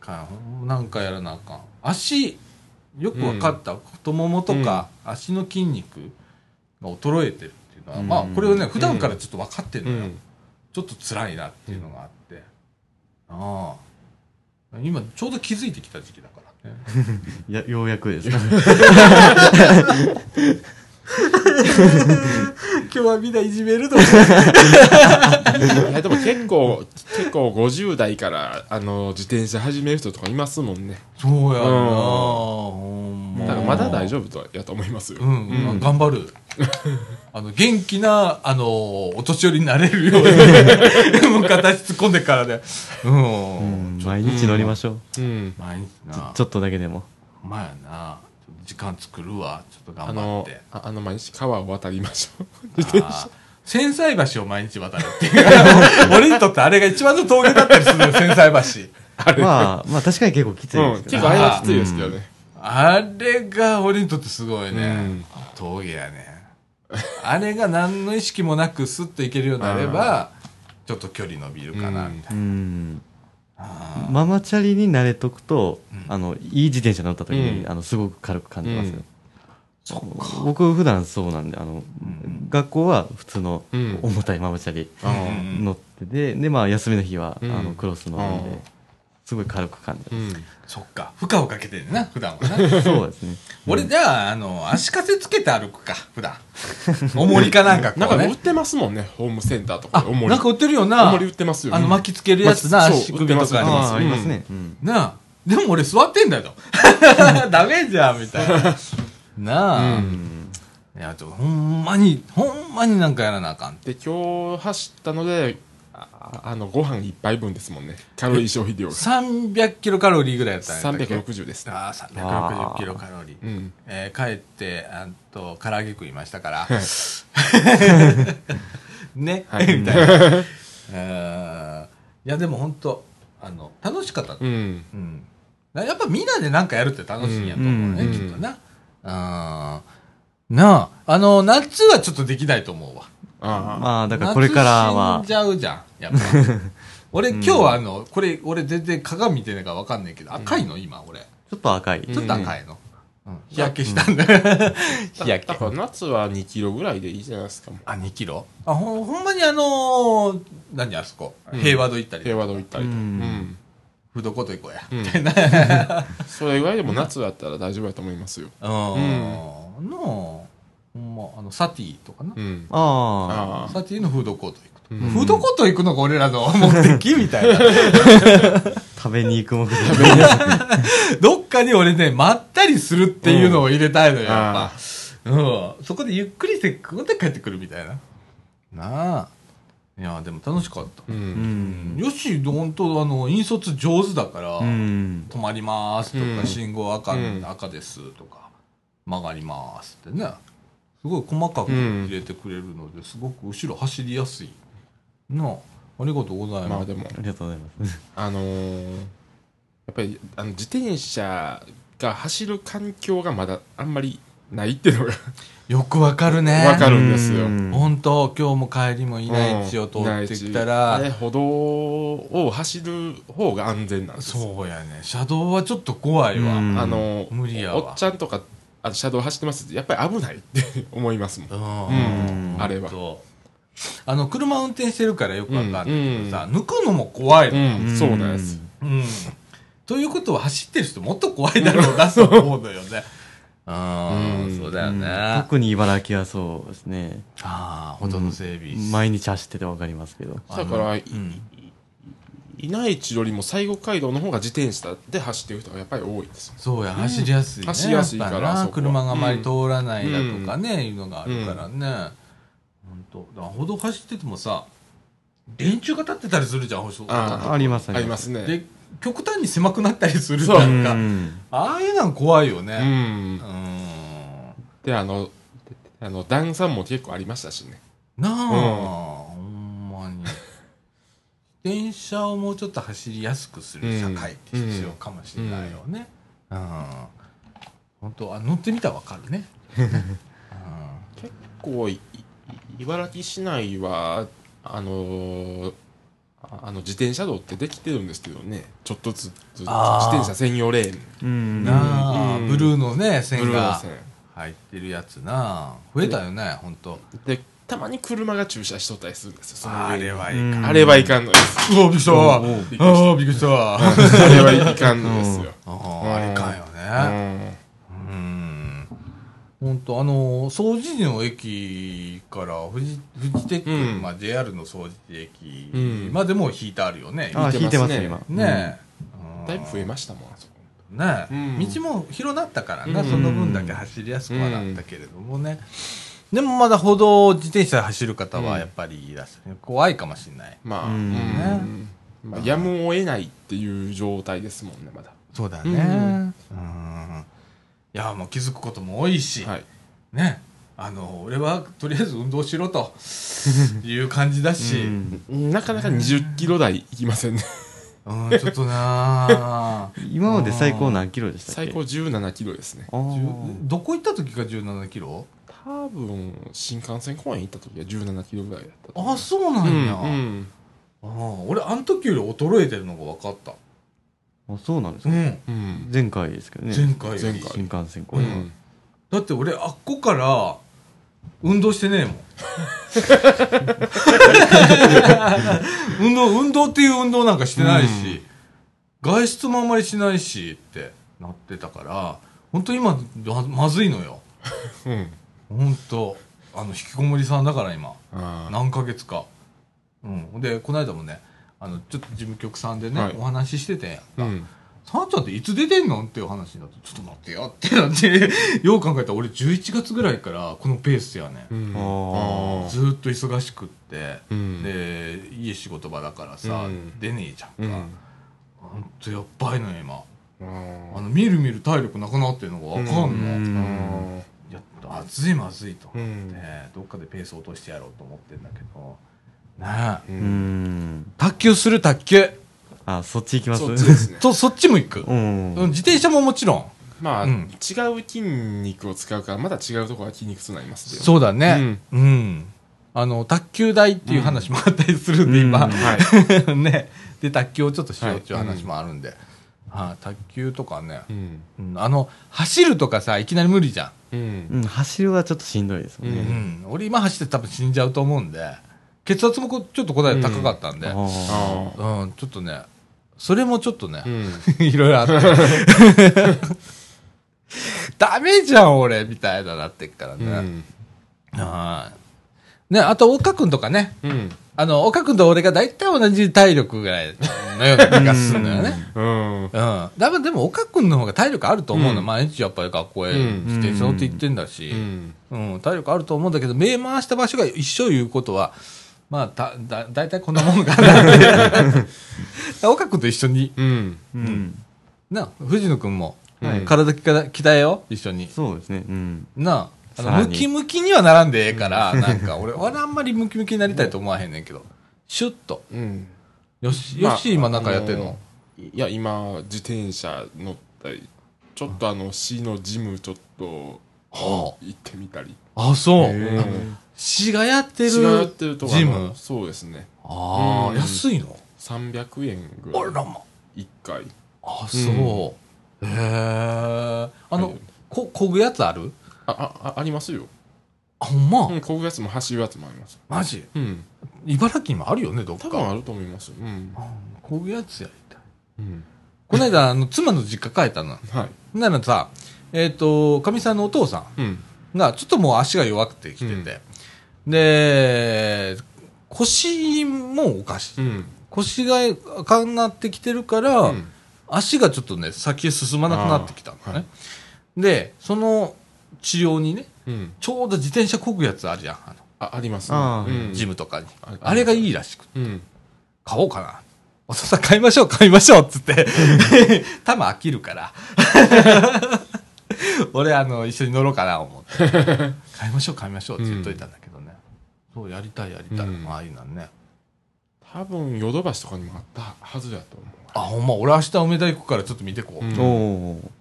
[SPEAKER 1] かなんかやらなあかん足よく分かった、太ももとか足の筋肉、が衰えてるっていうのは、
[SPEAKER 2] うん
[SPEAKER 1] まあこれをね普段からちょっと分かってる
[SPEAKER 3] う
[SPEAKER 1] のよ、
[SPEAKER 3] ん
[SPEAKER 1] ちょっと辛いなっていうのがあって、ああ今ちょうど気づいてきた時期だからね
[SPEAKER 2] やようやくですか
[SPEAKER 1] 今日はみんないじめると思
[SPEAKER 3] いやでも結構結構50代からあの自転車始める人とかいますもんね
[SPEAKER 1] そうやな、
[SPEAKER 3] うん
[SPEAKER 1] ほんま
[SPEAKER 3] だからまだ大丈夫とはやと思いますよ、
[SPEAKER 1] うん、
[SPEAKER 3] うん
[SPEAKER 1] 頑張るあの元気なあのお年寄りになれるようにもう形突っ込んでからで、うん
[SPEAKER 2] うん
[SPEAKER 1] ちょ
[SPEAKER 2] 毎日乗りましょう
[SPEAKER 3] うん
[SPEAKER 1] 毎日な
[SPEAKER 2] ちょっとだけでも
[SPEAKER 1] ほんまやなちょっと時間作るわちょっと
[SPEAKER 3] あ
[SPEAKER 1] 頑張っ
[SPEAKER 3] の
[SPEAKER 1] て
[SPEAKER 3] ああの毎日川を渡りましょう
[SPEAKER 1] あー繊細橋を毎日渡るっていう。俺にとってあれが一番の峠だったりするのよ、繊細橋。
[SPEAKER 2] まあまあ確かに結構きつい
[SPEAKER 3] うん
[SPEAKER 2] ですけ
[SPEAKER 3] 結
[SPEAKER 2] ど、
[SPEAKER 3] 構あれはきついですけどね、
[SPEAKER 1] あれが俺にとってすごいね。
[SPEAKER 3] うん
[SPEAKER 1] 峠やね。あれが何の意識もなくスッと行けるようになれば、ちょっと距離伸びるかな、みたいな。
[SPEAKER 2] うん
[SPEAKER 1] あ
[SPEAKER 2] ママチャリに慣れとくと、
[SPEAKER 1] うん
[SPEAKER 2] あのいい自転車乗った時に、
[SPEAKER 3] うん
[SPEAKER 2] あのすごく軽く感じますよ、
[SPEAKER 3] うん
[SPEAKER 1] そっ
[SPEAKER 2] 僕普段そうなんであの、
[SPEAKER 1] ん
[SPEAKER 2] 学校は普通の
[SPEAKER 3] うん
[SPEAKER 2] 重たいママチャリ
[SPEAKER 3] あの
[SPEAKER 1] うん
[SPEAKER 2] 乗ってて、でまあ休みの日は、
[SPEAKER 3] うん
[SPEAKER 2] あのクロス乗るん
[SPEAKER 3] あ
[SPEAKER 2] で
[SPEAKER 3] ー
[SPEAKER 2] すごい軽く感じ
[SPEAKER 3] う
[SPEAKER 2] ま
[SPEAKER 3] ん
[SPEAKER 1] そっか。負荷をかけてるな、普段はな。
[SPEAKER 2] す、そうですね
[SPEAKER 1] 俺じゃあ、あの、足かせつけて歩くか、普段。重りかなんかこう
[SPEAKER 3] なんか
[SPEAKER 1] ね
[SPEAKER 3] 売ってますもんねホームセンターとか
[SPEAKER 1] あ、
[SPEAKER 3] で重り
[SPEAKER 1] なんか売ってるよな。
[SPEAKER 3] 重り売ってますよ
[SPEAKER 1] あの、巻きつけるやつな、
[SPEAKER 3] 巻
[SPEAKER 1] 足
[SPEAKER 3] き
[SPEAKER 1] 首と
[SPEAKER 3] そう売ってま
[SPEAKER 1] か
[SPEAKER 3] す
[SPEAKER 2] あ
[SPEAKER 1] に
[SPEAKER 2] ーありますね、うん
[SPEAKER 1] なあ。でも俺座ってんだよと。 ダメじゃん、みたいな。なあ。いや、ちょ、ほんまに、ほんまになんかやらなあかん。
[SPEAKER 3] で今日走ったのでああのご飯一杯分ですもんねカロリー消費量が
[SPEAKER 1] 300キロカロリーぐらいやったんやったっけ
[SPEAKER 3] 360ですね
[SPEAKER 1] ああ、360キロカロリー。
[SPEAKER 3] うん
[SPEAKER 1] えー帰って、あと、唐揚げ食いましたから。 ね、
[SPEAKER 3] はい
[SPEAKER 1] みた いな。うんいや、でも本当あの、楽しかった。
[SPEAKER 3] うん
[SPEAKER 1] うん、やっぱみんなでなんかやるって楽しいんやと思うね、
[SPEAKER 3] うん
[SPEAKER 1] きっとな。あーなあ、あの、夏はちょっとできないと思うわ。
[SPEAKER 3] あ
[SPEAKER 2] まあだからこれから
[SPEAKER 1] 夏死
[SPEAKER 2] は
[SPEAKER 1] んじゃうじゃん、やっぱ。俺、今日はあの、これ、俺全然鏡見てないからわかんないけど、赤いの今、俺。
[SPEAKER 2] ちょっと赤い、
[SPEAKER 1] ちょっと赤いの。うん日焼け
[SPEAKER 3] うん
[SPEAKER 1] したんだ。
[SPEAKER 3] あ
[SPEAKER 1] 日焼
[SPEAKER 3] だ
[SPEAKER 1] け
[SPEAKER 3] か。ら夏は2キロぐらいでいいじゃないですかもう
[SPEAKER 1] あ、2キロあほん、ほんまにあのー何あそこ、
[SPEAKER 3] うん
[SPEAKER 1] 平和堂行ったりとか
[SPEAKER 3] 平和堂行ったりとか
[SPEAKER 2] う
[SPEAKER 3] うんん
[SPEAKER 1] フードコート行こうや。
[SPEAKER 3] うん
[SPEAKER 1] みたいな。
[SPEAKER 3] それぐらいでも夏だったら大丈夫だと思いますよ
[SPEAKER 1] うん。のほんま、あの、サティとかな。
[SPEAKER 3] うん
[SPEAKER 2] あ
[SPEAKER 3] ああ
[SPEAKER 1] サティのフードコート行くと。
[SPEAKER 3] うん
[SPEAKER 1] フードコート行くのが俺らの目的みた いな。
[SPEAKER 2] あ食べに行くもんね
[SPEAKER 1] どっかに俺ね、まったりするっていうのを入れたいのよ、
[SPEAKER 3] うん
[SPEAKER 1] やっ
[SPEAKER 3] あ
[SPEAKER 1] ぱ。うん。そこでゆっくりして、ここで帰ってくるみたいな。なあ。いや、でも楽しかった。
[SPEAKER 2] う
[SPEAKER 3] う
[SPEAKER 2] んん
[SPEAKER 1] よし、ほんと、あの、引率上手だから、
[SPEAKER 2] うん
[SPEAKER 1] 止まりますとか、
[SPEAKER 3] うん
[SPEAKER 1] 信号赤、
[SPEAKER 3] うん
[SPEAKER 1] 赤ですとか、曲がりますってね。すごい細かく入れてくれるので、すごく後ろ走りやすい。なあ。ありがとうございま
[SPEAKER 3] まあ
[SPEAKER 1] す。
[SPEAKER 3] でも
[SPEAKER 2] ありがとうございます
[SPEAKER 3] あのーやっぱりあの自転車が走る環境がまだあんまりないっていうのが
[SPEAKER 1] よくわかるね。
[SPEAKER 3] わかるんですよ
[SPEAKER 2] うん
[SPEAKER 1] 本当今日も帰りもいない地を通ってきたら、
[SPEAKER 3] ね歩道を走る方が安全なんですよ
[SPEAKER 1] そうやね車道はちょっと怖いわ、
[SPEAKER 2] うん
[SPEAKER 3] あの
[SPEAKER 1] 無理やわ
[SPEAKER 3] おっちゃんとかあの車道走ってますってやっぱり危ないって 思いますもん、
[SPEAKER 1] うん
[SPEAKER 3] うんあれは
[SPEAKER 1] そうあの、車運転してるからよくわかんないけどさ、
[SPEAKER 3] う
[SPEAKER 1] 抜くのも怖いの、
[SPEAKER 3] うんそうなんです、
[SPEAKER 1] うんということは走ってる人もっと怖いだろうなと思うのよ ね。ああ、
[SPEAKER 3] うん
[SPEAKER 1] そうだよね。
[SPEAKER 2] うん
[SPEAKER 1] あ
[SPEAKER 2] 特に茨城はそうですね
[SPEAKER 1] あ、ほとんど整備。
[SPEAKER 2] 毎日走ってて分かりますけど
[SPEAKER 1] あ
[SPEAKER 3] だ
[SPEAKER 1] の
[SPEAKER 3] から、い
[SPEAKER 1] うん
[SPEAKER 3] 稲市よりも西国街道の方が自転車で走ってる人がやっぱり多いです
[SPEAKER 1] そうや、走りやすいね。
[SPEAKER 3] 走りやすいから
[SPEAKER 1] っぱな
[SPEAKER 3] そこは
[SPEAKER 1] 車があまり通らないだとかね、いうのがあるからね。本当だから歩道走っててもさ、電柱が立ってたりするじゃん、歩道
[SPEAKER 3] あ
[SPEAKER 2] あります
[SPEAKER 3] ありますね
[SPEAKER 1] で、極端に狭くなったりするじ
[SPEAKER 3] そう
[SPEAKER 1] ゃ
[SPEAKER 2] うん
[SPEAKER 1] か。
[SPEAKER 2] ん
[SPEAKER 1] ああいうのは怖いよ
[SPEAKER 3] う
[SPEAKER 1] ね。
[SPEAKER 3] ん
[SPEAKER 1] うん。
[SPEAKER 3] であのあの段差も結構ありましたしね
[SPEAKER 1] なあ、ほんまに。電車をもうちょっと走りやすくする社会って必要かもしれないよね。うん。本当あ乗ってみたらわかる ね。うん
[SPEAKER 3] 結構いい茨城市内はあのーああの自転車道ってできてるんですけどねちょっとずつ自
[SPEAKER 1] あー
[SPEAKER 3] 転車専用レーン
[SPEAKER 2] うん
[SPEAKER 1] なあ、
[SPEAKER 3] うん
[SPEAKER 1] ブルーのね
[SPEAKER 3] ブル
[SPEAKER 1] 線
[SPEAKER 3] ーの
[SPEAKER 1] が
[SPEAKER 3] 線
[SPEAKER 1] 入ってるやつな増えたよね本当
[SPEAKER 3] でたまに車が駐車しとったりするんですよその
[SPEAKER 1] あ
[SPEAKER 3] 上に
[SPEAKER 1] れはい
[SPEAKER 2] うん
[SPEAKER 1] かん
[SPEAKER 3] あれはいかんので す
[SPEAKER 1] うわびっくりしたあ
[SPEAKER 2] おうおう
[SPEAKER 1] あびっくりした
[SPEAKER 3] あ
[SPEAKER 1] あ
[SPEAKER 3] れはいかんのですよ。
[SPEAKER 1] ああれかんよ
[SPEAKER 3] う
[SPEAKER 1] ね
[SPEAKER 3] ん。
[SPEAKER 1] うん本当あの総除寺の駅から富士富士テック、
[SPEAKER 3] うん
[SPEAKER 1] まあ、JR の総除寺駅
[SPEAKER 3] うん
[SPEAKER 1] までも引いてあるよね、
[SPEAKER 2] あ
[SPEAKER 3] 見
[SPEAKER 2] 引い
[SPEAKER 3] て
[SPEAKER 2] て
[SPEAKER 3] ま
[SPEAKER 2] ます
[SPEAKER 3] ね
[SPEAKER 2] すね今
[SPEAKER 1] ねえ、
[SPEAKER 3] だいぶ増え
[SPEAKER 1] ま
[SPEAKER 3] ましたもん、あそこ。
[SPEAKER 1] ねえ、
[SPEAKER 3] うん
[SPEAKER 1] 道も広なったからな、
[SPEAKER 3] うん
[SPEAKER 1] その分だけ走りやすくはなったけれどもね、でもまだ歩道自転車で走る方はやっぱりいらっしゃる怖いかもしれない
[SPEAKER 3] まあ、う
[SPEAKER 2] うん
[SPEAKER 3] ん。まあ、やむを得ないっていう状態ですもんね、まだ。
[SPEAKER 1] そうだ
[SPEAKER 3] う
[SPEAKER 1] ね
[SPEAKER 3] ん
[SPEAKER 1] うんいやもう気づくことも多いし、
[SPEAKER 3] はい。
[SPEAKER 1] ねあの俺はとりあえず運動しろという感じだし、うん
[SPEAKER 3] なかなか20キロ台いきませんね。
[SPEAKER 1] ちょっとなあ
[SPEAKER 2] 今まで最高何キロでしたっけ
[SPEAKER 3] 最高17キロですね。
[SPEAKER 2] あー
[SPEAKER 1] どこ行った時が1 7キロ
[SPEAKER 3] 多分、新幹線公園行った時は17キロぐらいだったと思
[SPEAKER 1] あそうなんや、
[SPEAKER 3] う。うん。
[SPEAKER 1] ああ俺あの時より衰えてるのが分かった
[SPEAKER 2] あそうなんです
[SPEAKER 1] う
[SPEAKER 2] か
[SPEAKER 1] ん
[SPEAKER 3] うん。
[SPEAKER 2] 前回ですけどね
[SPEAKER 1] 前回より
[SPEAKER 3] 前回
[SPEAKER 2] 新幹線公
[SPEAKER 3] う
[SPEAKER 2] 園
[SPEAKER 3] ん
[SPEAKER 1] だって俺あっこから運動してねえ もん運動運動っていう運動なんかしてないし、外出もあんまりしないしってなってたから本当今ままずいのよ
[SPEAKER 3] うん。
[SPEAKER 1] 本当あの引きこもりさんだから今
[SPEAKER 3] ああ。
[SPEAKER 1] 何ヶ月かうんでこの間もねあのちょっと事務局さんでね、
[SPEAKER 3] はい
[SPEAKER 1] お話ししててんやんか、
[SPEAKER 3] うん。
[SPEAKER 1] サンちゃんっていつ出てんのっていう話になって、ちょっと待ってよってなって、よう考えたら俺11月ぐらいからこのペースやね
[SPEAKER 3] う。ん。
[SPEAKER 2] あー
[SPEAKER 1] ずーっと忙しくって、
[SPEAKER 3] うん
[SPEAKER 1] で、家仕事場だからさ、
[SPEAKER 3] うん
[SPEAKER 1] 出ねえじゃんか。
[SPEAKER 3] うん。
[SPEAKER 1] ほんとやっばいのよ今。
[SPEAKER 3] あ
[SPEAKER 1] あ
[SPEAKER 3] ー
[SPEAKER 1] の、みるみる体力なくなってるのがわかんの。
[SPEAKER 2] うん
[SPEAKER 3] あ
[SPEAKER 1] やっと暑いまずいと思って、
[SPEAKER 3] うん
[SPEAKER 1] どっかでペース落としてやろうと思ってんだけど、ねえ
[SPEAKER 3] ー。う。
[SPEAKER 2] うんん
[SPEAKER 1] 卓球する卓球
[SPEAKER 2] あそっち行きます
[SPEAKER 3] そっちですね。
[SPEAKER 1] と、そっちも行く。
[SPEAKER 2] う
[SPEAKER 1] うん
[SPEAKER 2] ん
[SPEAKER 1] 自転車ももちろん。
[SPEAKER 3] まあ、
[SPEAKER 1] うん
[SPEAKER 3] 違う筋肉を使うからまだ違うところは筋肉痛になりますよ
[SPEAKER 1] そうだね。うん。あの、卓球台っていう話もあったりするんで、
[SPEAKER 2] うん
[SPEAKER 1] 今。
[SPEAKER 2] うん
[SPEAKER 3] はい
[SPEAKER 1] ね。で、卓球をちょっとしようっていう話もあるんで。はい、卓球とかね、
[SPEAKER 3] うん
[SPEAKER 1] うんあの、走るとかさ、いきなり無理じゃ
[SPEAKER 3] うん
[SPEAKER 2] うん走るはちょっとしんどいですもん
[SPEAKER 1] ん。
[SPEAKER 2] ね
[SPEAKER 1] うん俺今走って多分死んじゃうと思うんで、血圧もこちょっとこだわり高かったんで、うん、
[SPEAKER 2] あ
[SPEAKER 3] あ
[SPEAKER 1] ちょっとね、それもちょっとね
[SPEAKER 3] あう、ん
[SPEAKER 1] いろいろあって。 ダメじゃん、俺、みたいななってっから
[SPEAKER 3] う
[SPEAKER 1] ね。
[SPEAKER 3] ん
[SPEAKER 1] はい。ね、あと、岡くんとかね。
[SPEAKER 3] うん
[SPEAKER 1] あの、岡くんと俺が大体同じ体力ぐらいのような気がするんだよね。
[SPEAKER 3] うん
[SPEAKER 1] うん。多分でも岡くんの方が体力あると思うの。
[SPEAKER 3] うん
[SPEAKER 1] 毎日やっぱり学校へ
[SPEAKER 3] うん
[SPEAKER 1] 自転車乗って行ってんだし、
[SPEAKER 3] う
[SPEAKER 1] うん
[SPEAKER 3] ん
[SPEAKER 1] 体力あると思うんだけど、目回した場所が一緒いうことは、まあ、た、だ、大体こんなもんかなって。岡くんと一緒に、
[SPEAKER 3] うん
[SPEAKER 2] ーうん
[SPEAKER 1] な、藤野くんも、
[SPEAKER 2] はい
[SPEAKER 1] 体鍛えよう、一緒に。
[SPEAKER 2] そうですねうん
[SPEAKER 1] なああ
[SPEAKER 2] さら
[SPEAKER 1] の
[SPEAKER 2] に
[SPEAKER 1] ムキムキにはならんでええから、なんか俺、俺あんまりムキムキになりたいと思わへんねんけど、シュッと。
[SPEAKER 3] うん
[SPEAKER 1] よし、
[SPEAKER 3] まあ
[SPEAKER 1] よし、今なんかやってんの、
[SPEAKER 3] あのいや今自転車乗ったりちょっとあの市のジムちょっと
[SPEAKER 1] は
[SPEAKER 3] 行ってみたり
[SPEAKER 1] あ、そう。
[SPEAKER 2] へー
[SPEAKER 1] 詩がやってる。
[SPEAKER 3] 違ってるとこ
[SPEAKER 1] ジム
[SPEAKER 3] そうですね
[SPEAKER 1] ああ、
[SPEAKER 3] うん
[SPEAKER 1] 安いの
[SPEAKER 3] 300円ぐ
[SPEAKER 1] あ
[SPEAKER 3] ら
[SPEAKER 1] ら
[SPEAKER 3] い
[SPEAKER 1] ま。
[SPEAKER 3] 1回
[SPEAKER 1] あ、そう。へえ。あの、
[SPEAKER 3] はい
[SPEAKER 1] こ、こぐやつある
[SPEAKER 3] ああありますよ、
[SPEAKER 1] あ、ほんま、
[SPEAKER 3] うん、こぐやつも走るやつもあります
[SPEAKER 1] マジ
[SPEAKER 3] うん
[SPEAKER 1] 茨城にもあるよね、どっか。
[SPEAKER 3] 多分あると思いますうん、
[SPEAKER 1] うんこぐやつやりたい。
[SPEAKER 3] うん、
[SPEAKER 1] この間、あの、妻の実家帰ったの。
[SPEAKER 3] はい
[SPEAKER 1] ならさ、えっ、と、かみさんのお父さん。
[SPEAKER 3] うん
[SPEAKER 1] が、ちょっともう足が弱くてきてて、で、腰もおかしい。
[SPEAKER 3] うん
[SPEAKER 1] 腰があかんなってきてるから、
[SPEAKER 3] うん
[SPEAKER 1] 足がちょっとね、先へ進まなくなってきたのね。
[SPEAKER 3] あーはい
[SPEAKER 1] で、その治療にね、
[SPEAKER 3] うん
[SPEAKER 1] ちょうど自転車こぐやつあるじゃん、あ
[SPEAKER 3] ああります
[SPEAKER 2] ああ
[SPEAKER 3] うん
[SPEAKER 1] のジムとかに、
[SPEAKER 3] あ
[SPEAKER 1] あれがいいらしくて、
[SPEAKER 3] うん
[SPEAKER 1] 買おうかな。お父さん買いましょう、買いましょうっつって、 玉飽きるから。俺、あの、一緒に乗ろうかな、思 って。買いましょう、買いましょうって言っといたんだけどね。そう、やりたい、やりたい。
[SPEAKER 3] うん
[SPEAKER 1] ああいうのはね。
[SPEAKER 3] 多分ヨドバシとかにもあったはずやと思
[SPEAKER 1] あ、ほんま、俺明日梅田行くからちょっと見てこう。
[SPEAKER 3] う、うん
[SPEAKER 2] おお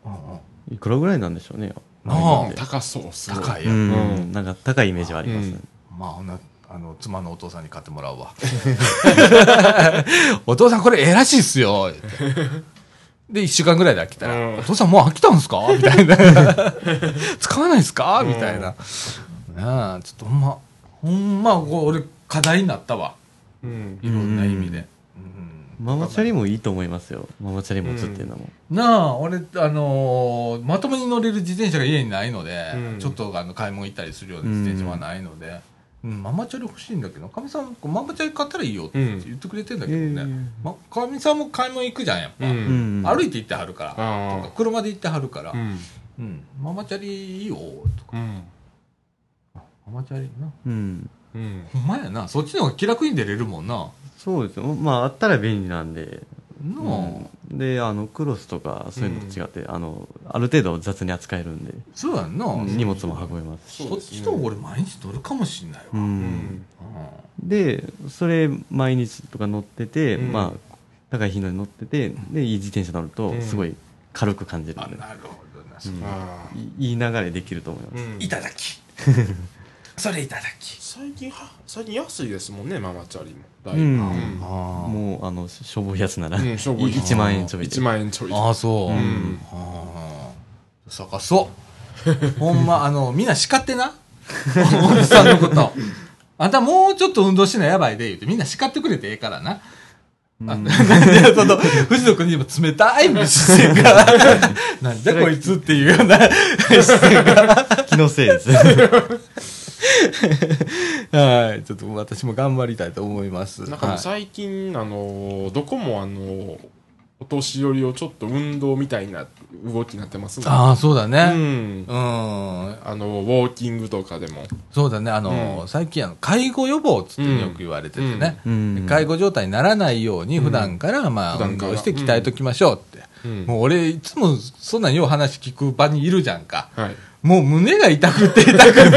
[SPEAKER 1] うんうん
[SPEAKER 2] ーいくらぐらいなんでしょうね
[SPEAKER 1] なあ
[SPEAKER 2] なんで
[SPEAKER 3] 高そうすごい
[SPEAKER 1] 高いや。
[SPEAKER 2] うんん、
[SPEAKER 3] う
[SPEAKER 2] なんか高いイメージはありますね、
[SPEAKER 1] まあ、ほんな、あの、妻のお父さんに買ってもらうわ。 お父さん、これ、ええらしいっすよ。言ってで、1週間ぐらいで飽きたら、
[SPEAKER 3] うん
[SPEAKER 1] お父さん、もう飽きたんすかみたいな。 使わないですかみたいな。ねえ、ちょっとほんま、ほんま、こう俺、課題になったわ。
[SPEAKER 3] うん
[SPEAKER 1] いろんな意味で。うん
[SPEAKER 2] ママチャリもいいと思いますよママチャリ持つっていうのも、
[SPEAKER 1] なあ、俺、あのーまともに乗れる自転車が家にないので、
[SPEAKER 3] うん
[SPEAKER 1] ちょっとあの買い物行ったりするような自転車はないので、うんママチャリ欲しいんだけど、かみさん、ママチャリ買ったらいいよって
[SPEAKER 3] うん
[SPEAKER 1] 言ってくれてんだけどね、
[SPEAKER 2] え
[SPEAKER 1] ま、かみさんも買い物行くじゃん、やっぱ。
[SPEAKER 3] うん
[SPEAKER 2] うん
[SPEAKER 1] 歩いて行ってはるから、
[SPEAKER 3] あ
[SPEAKER 1] とか車で行ってはるから、
[SPEAKER 3] あうん
[SPEAKER 1] うんママチャリいいよ、とか、
[SPEAKER 3] うん
[SPEAKER 1] ママチャリな。
[SPEAKER 2] うん
[SPEAKER 3] うん
[SPEAKER 1] ほんまやな、そっちの方が気楽に出れるもんな。
[SPEAKER 2] そうですよまああったら便利なんで、
[SPEAKER 1] なあ、
[SPEAKER 2] うんであのクロスとかそういうのと違って、あのある程度雑に扱えるんで、
[SPEAKER 1] そうやんな、
[SPEAKER 2] うん荷物も運べますし、
[SPEAKER 1] そっちの方が俺毎日乗るかもしんないわ。
[SPEAKER 2] う、
[SPEAKER 3] うんん
[SPEAKER 2] でそれ毎日とか乗ってて、
[SPEAKER 3] うん
[SPEAKER 2] まあ高い頻度に乗っててでいい自転車乗る
[SPEAKER 3] う
[SPEAKER 2] と
[SPEAKER 3] ん
[SPEAKER 2] すごい軽く感じる
[SPEAKER 1] あ、
[SPEAKER 2] んで、
[SPEAKER 1] なるほどな。
[SPEAKER 2] うん
[SPEAKER 3] ああ
[SPEAKER 2] いいい流れできると思います、
[SPEAKER 3] うん
[SPEAKER 1] いただき。それいただき。
[SPEAKER 3] 最近は最近安いですもんねママチャリもだいぶ
[SPEAKER 2] うん
[SPEAKER 3] うん
[SPEAKER 1] あ
[SPEAKER 2] もうあのししょぼいやつなら、
[SPEAKER 3] うんしょぼい
[SPEAKER 2] 1万円ちょいで
[SPEAKER 3] 1万円ちょい
[SPEAKER 1] あ、そう。
[SPEAKER 2] うん
[SPEAKER 1] ああ探そう。ほんま、あの、みんな叱ってな。おじさんのこと。あんたもうちょっと運動しなやばいで、言うて、みんな叱ってくれてええからな。あなんでその、藤野君にも冷たい目線が、なんじゃこいつっていうような目線が。
[SPEAKER 2] 気のせいです
[SPEAKER 1] はい。ちょっと私も頑張りたいと思います。
[SPEAKER 3] なんかもう最近、あのどこもあのお年寄りをちょっと運動みたいな動きになってますね
[SPEAKER 1] ああ、そうだ
[SPEAKER 3] う
[SPEAKER 1] ね。う
[SPEAKER 3] ん
[SPEAKER 1] ん。
[SPEAKER 3] あのウォーキングとかでも
[SPEAKER 1] そうだね。あの、
[SPEAKER 3] うん
[SPEAKER 1] 最近あの、介護予防っつってよく言われててね。
[SPEAKER 2] うんうん
[SPEAKER 1] 介護状態にならないように、普段から、まあ、
[SPEAKER 3] 普段
[SPEAKER 1] 運
[SPEAKER 3] から
[SPEAKER 1] 動して鍛えときましょうって。
[SPEAKER 3] うん
[SPEAKER 1] もう俺、いつもそんなんよう話聞く場にいるじゃんか。
[SPEAKER 3] はい
[SPEAKER 1] もう胸が痛くて痛く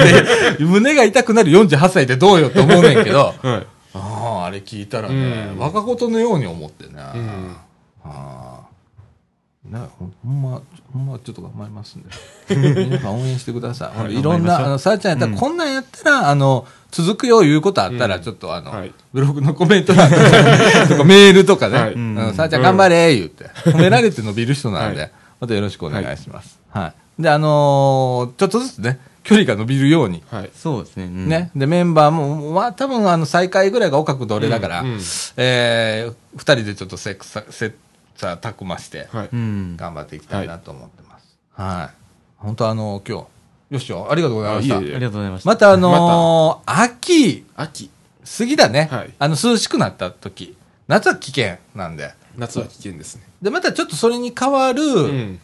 [SPEAKER 1] て、胸が痛くなる48歳でどうよって思うねんけど、
[SPEAKER 3] はい
[SPEAKER 1] ああ、あれ聞いたらね、
[SPEAKER 3] うん
[SPEAKER 1] 若事のように思ってね。
[SPEAKER 3] うん
[SPEAKER 1] ああ。ね、ほんほんま、ほんまちょっと頑張りますんで。皆さん応援してください。ほら
[SPEAKER 3] はい
[SPEAKER 1] いろん
[SPEAKER 2] 頑張りましょ
[SPEAKER 1] な、
[SPEAKER 2] う
[SPEAKER 1] あの、さあちゃんやったら、
[SPEAKER 2] うん
[SPEAKER 1] こんなんやったら、あの、続くよ、いうことあったら、
[SPEAKER 3] うん
[SPEAKER 1] ちょっとあの、
[SPEAKER 3] はい
[SPEAKER 1] ブログのコメント欄とかとか、メールとかね、
[SPEAKER 3] はい
[SPEAKER 1] うん
[SPEAKER 2] うん
[SPEAKER 1] さあちゃん頑張れ、言って、褒められて伸びる人なんで、
[SPEAKER 3] はい
[SPEAKER 1] またよろしくお願いします。はい。で、あのーちょっとずつね、距離が伸びるように、
[SPEAKER 3] はい
[SPEAKER 2] そうですね,、うん、
[SPEAKER 1] ね、でメンバーも、まあ、多分あの最下位ぐらいが岡君と俺だから、
[SPEAKER 3] うんうん
[SPEAKER 1] え2人でちょっとせっさせっさたくまして、
[SPEAKER 3] はい
[SPEAKER 2] うん
[SPEAKER 1] 頑張っていきたいなと思ってます。はい、本当、あの今日よしよ、ありがとうございまし
[SPEAKER 3] あ
[SPEAKER 1] た。
[SPEAKER 3] いえいえ
[SPEAKER 2] ありがとうございました
[SPEAKER 1] また、あのー秋
[SPEAKER 3] 秋
[SPEAKER 1] 過ぎだね、
[SPEAKER 3] はい
[SPEAKER 1] あの涼しくなった時夏は危険なんで、
[SPEAKER 3] 夏は危険ですね
[SPEAKER 1] でまたちょっとそれに変わる、
[SPEAKER 3] う
[SPEAKER 1] うん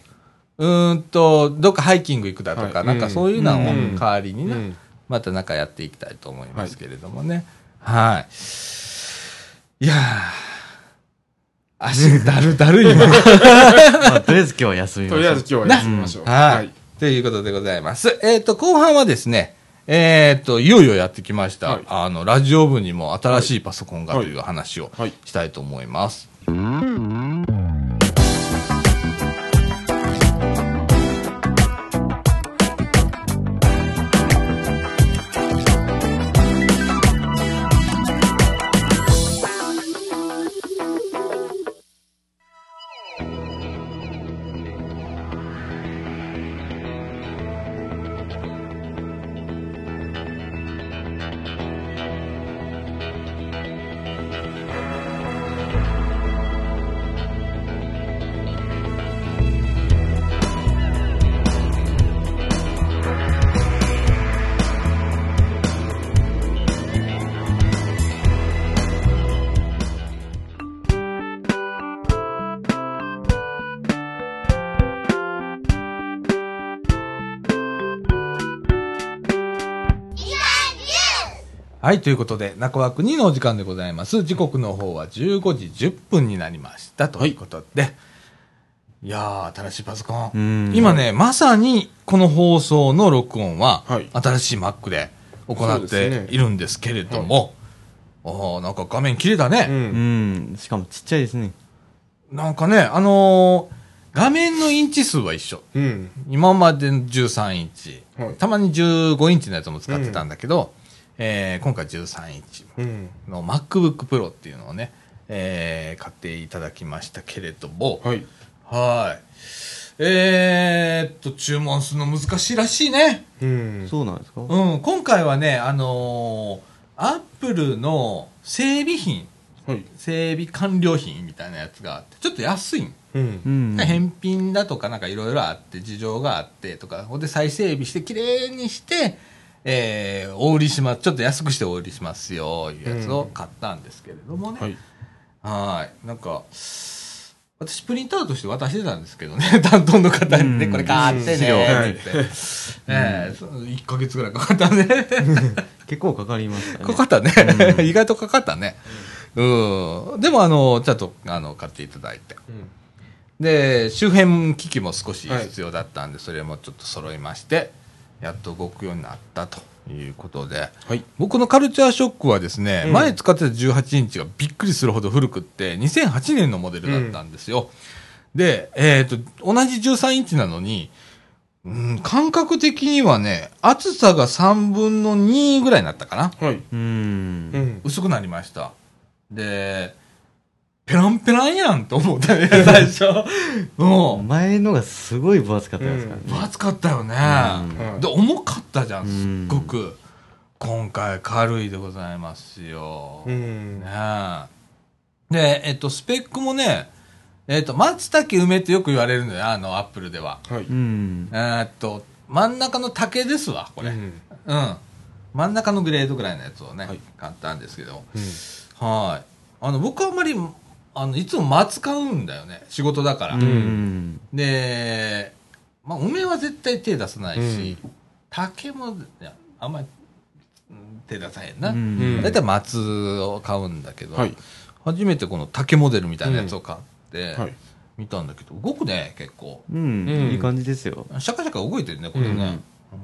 [SPEAKER 1] ーんと、どっかハイキング行くだとか、
[SPEAKER 3] はい
[SPEAKER 1] なんかそういうのを
[SPEAKER 3] うん
[SPEAKER 1] 代わりにね、
[SPEAKER 3] うん
[SPEAKER 1] またなんかやっていきたいと思いますけれどもね。はい。い、やー、足だ るだる今。
[SPEAKER 2] まあとりあえず今日は休みましょ
[SPEAKER 3] と
[SPEAKER 2] う
[SPEAKER 3] りあえず今日は休みましょう
[SPEAKER 1] はい。ということでございます。えっ、と、後半はですね、えっ、と、いよいよやってきました、
[SPEAKER 3] はい
[SPEAKER 1] あの、ラジオ部にも新しいパソコンがと
[SPEAKER 3] はい
[SPEAKER 1] いう話を
[SPEAKER 3] はい
[SPEAKER 1] したいと思います。はい、ということで、中枠2のお時間でございます。時刻の方は15時10分になりました。ということで、い、やー、新しいパソコ
[SPEAKER 2] う
[SPEAKER 1] ン
[SPEAKER 2] ん。
[SPEAKER 1] 今ね、まさにこの放送の録音は、
[SPEAKER 3] はい
[SPEAKER 1] 新しい Mac で行
[SPEAKER 3] そう
[SPEAKER 1] っ
[SPEAKER 3] です
[SPEAKER 1] て
[SPEAKER 3] ね
[SPEAKER 1] いるんですけれども、あーなんか画面綺麗だね。
[SPEAKER 2] うん。しかもちっちゃいですね。
[SPEAKER 1] なんかね、あのー画面のインチ数は一緒。
[SPEAKER 3] うん。
[SPEAKER 1] 今までの13インチ、
[SPEAKER 3] はい
[SPEAKER 1] たまに15インチのやつも使ってたんだけど、えー今回13インチ
[SPEAKER 3] うん。
[SPEAKER 1] の MacBook Pro っていうのをね、えー買っていただきましたけれども、
[SPEAKER 3] はい。
[SPEAKER 1] はい。えーっと、注文するの難しいらしいね。
[SPEAKER 3] うん。
[SPEAKER 2] そうなんですか
[SPEAKER 1] うん、今回はね、あのー、Apple の整備品、
[SPEAKER 3] はい。
[SPEAKER 1] 整備完了品みたいなやつがあって、ちょっと安いん。
[SPEAKER 3] うん
[SPEAKER 2] う。ん。
[SPEAKER 1] 返品だとかなんかいろいろあって事情があってとかほんで再整備してきれいにして、えーお売りしますちょっと安くしてお売りしますよいうやつを買ったんですけれどもね、
[SPEAKER 3] はい。
[SPEAKER 1] はーいなんか私プリントアウトして渡してたんですけどね 担当の方にね、
[SPEAKER 2] うん
[SPEAKER 1] これ買ってね
[SPEAKER 3] 資料はい
[SPEAKER 1] って言って、え1か月ぐらいかかったね
[SPEAKER 2] 結構かかりましたね。
[SPEAKER 1] かかったね
[SPEAKER 2] うん
[SPEAKER 1] 意外とかかったねうんでもあのちゃんとあの買っていただいて
[SPEAKER 3] うん。
[SPEAKER 1] で周辺機器も少し必要だったんで、それもちょっと揃いましてやっと動くようになったということで
[SPEAKER 3] はい。
[SPEAKER 1] 僕のカルチャーショックはですね、
[SPEAKER 3] うん
[SPEAKER 1] 前使ってた18インチがびっくりするほど古くって2008年のモデルだったんですよ、で、えー、と同じ13インチなのにうん感覚的にはね厚さが3分の2ぐらいになったかな
[SPEAKER 3] はい。
[SPEAKER 2] う。
[SPEAKER 3] うんん。
[SPEAKER 1] 薄くなりましたでペランペランやんと思ったね最初うん
[SPEAKER 2] 前のがすごい分厚かったですからね。
[SPEAKER 1] 分厚かったよね、
[SPEAKER 3] うん
[SPEAKER 1] で重かったじゃん
[SPEAKER 2] う
[SPEAKER 1] す
[SPEAKER 2] ん
[SPEAKER 1] っごく、今回軽いでございますよ、
[SPEAKER 3] う
[SPEAKER 1] ね
[SPEAKER 3] ん。
[SPEAKER 1] えでえっとスペックもねえっと松茸梅ってよく言われるのよあのアップルでは
[SPEAKER 3] はい。
[SPEAKER 2] うん
[SPEAKER 1] え。ーっと真ん中の竹ですわこれ
[SPEAKER 3] う
[SPEAKER 1] うん、
[SPEAKER 3] ん。
[SPEAKER 1] 真ん中のグレードぐらいのやつをね、
[SPEAKER 3] はい
[SPEAKER 1] 買ったんですけど
[SPEAKER 3] うん
[SPEAKER 1] はいあの僕はあんまりあのいつも松買うんだよね仕事だから、
[SPEAKER 2] うんうん。
[SPEAKER 1] で、まあ、梅は絶対手出さないし、竹もいやあんまりうん手出さへんな、
[SPEAKER 2] うん
[SPEAKER 1] だいたい松を買うんだけど、
[SPEAKER 3] はい。
[SPEAKER 1] 初めてこの竹モデルみたいなやつを買って
[SPEAKER 3] はい。
[SPEAKER 1] 見たんだけど、動くね結構
[SPEAKER 2] うん。
[SPEAKER 3] うん
[SPEAKER 2] いい感じですよ。
[SPEAKER 1] シャカシャカ動いてるねこれね、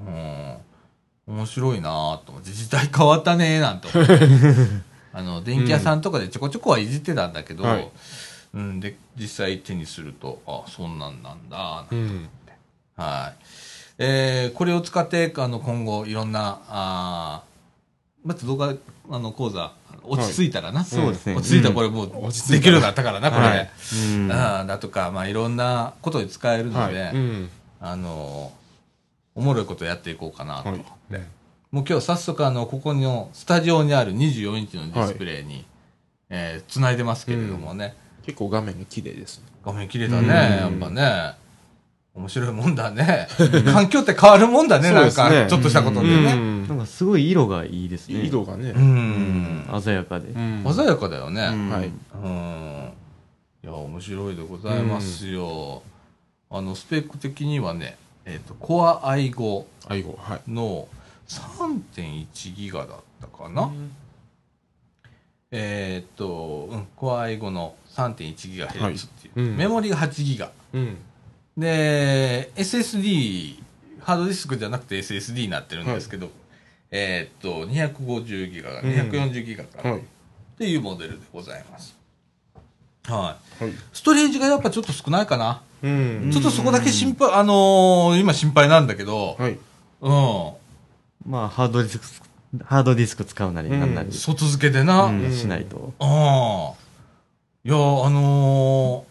[SPEAKER 1] うん面白いなぁと思って時代変わったねーなんて思って あの電気屋さんとかでちょこちょこはいじってたんだけど、
[SPEAKER 3] うんはい
[SPEAKER 1] うん、で実際手にするとあそんなんなんだなんて
[SPEAKER 3] うん。
[SPEAKER 1] はい。えーこれを使って、あの、今後、いろんな、あーまず動画、あの、講座、落ち着いたらな。
[SPEAKER 2] そうですね
[SPEAKER 1] 落ち着いたらこれも
[SPEAKER 3] ん
[SPEAKER 1] う、
[SPEAKER 3] 落ち着いたら
[SPEAKER 1] できるようになったからな、これ。
[SPEAKER 3] はい
[SPEAKER 2] うん。
[SPEAKER 1] あーだとか、まあ、いろんなことに使えるの
[SPEAKER 3] はい。
[SPEAKER 1] で、
[SPEAKER 3] うん。
[SPEAKER 1] あのおもろいことやっていこうかなと。
[SPEAKER 3] はい。
[SPEAKER 1] もう今日早速、あの、ここの、スタジオにある24インチのディスプレイに、えー繋いでますけれどもね。
[SPEAKER 3] 結構画面が綺麗です。
[SPEAKER 1] 画面綺麗だね、
[SPEAKER 3] うん
[SPEAKER 1] やっぱね。面白いもんだね。 環境って変わるもんだね、
[SPEAKER 3] そう
[SPEAKER 1] な
[SPEAKER 3] で
[SPEAKER 1] ん
[SPEAKER 3] すね。
[SPEAKER 1] か、ちょっとしたことでね。
[SPEAKER 2] なんんかすごい色がいいですね。
[SPEAKER 3] 色がね
[SPEAKER 1] う。ん。
[SPEAKER 2] 鮮やかで。
[SPEAKER 3] ん
[SPEAKER 1] 鮮やかだよ
[SPEAKER 2] う
[SPEAKER 1] ね。
[SPEAKER 2] ん
[SPEAKER 3] はい。
[SPEAKER 1] うん。いや、面白いでございますよ。あの、スペック的にはね、えっと、Core i5
[SPEAKER 3] 愛護。はい。
[SPEAKER 1] の3.1ギガだったかな。えっと、うん、Core i5 の3.1ギガヘルツっていう。
[SPEAKER 3] はいうん
[SPEAKER 1] メモリが8ギガ。
[SPEAKER 3] うん。
[SPEAKER 1] で、SSD、ハードディスクじゃなくて SSD になってるんですけど、えーっと、250ギガが
[SPEAKER 3] うん
[SPEAKER 1] 240ギガか
[SPEAKER 3] はい
[SPEAKER 1] なっ。ていうモデルでございます。はい。
[SPEAKER 3] はい。
[SPEAKER 1] ストレージがやっぱちょっと少ないかな。
[SPEAKER 3] うん
[SPEAKER 1] ちょっとそこだけ心配、あのー今心配なんだけど、
[SPEAKER 3] はい。
[SPEAKER 1] う
[SPEAKER 2] まあ、ハードディスク、ハードディスク使うなりなんなり
[SPEAKER 1] ん。。外付けでな。うん。
[SPEAKER 2] うんんしないと。
[SPEAKER 1] いや、あのー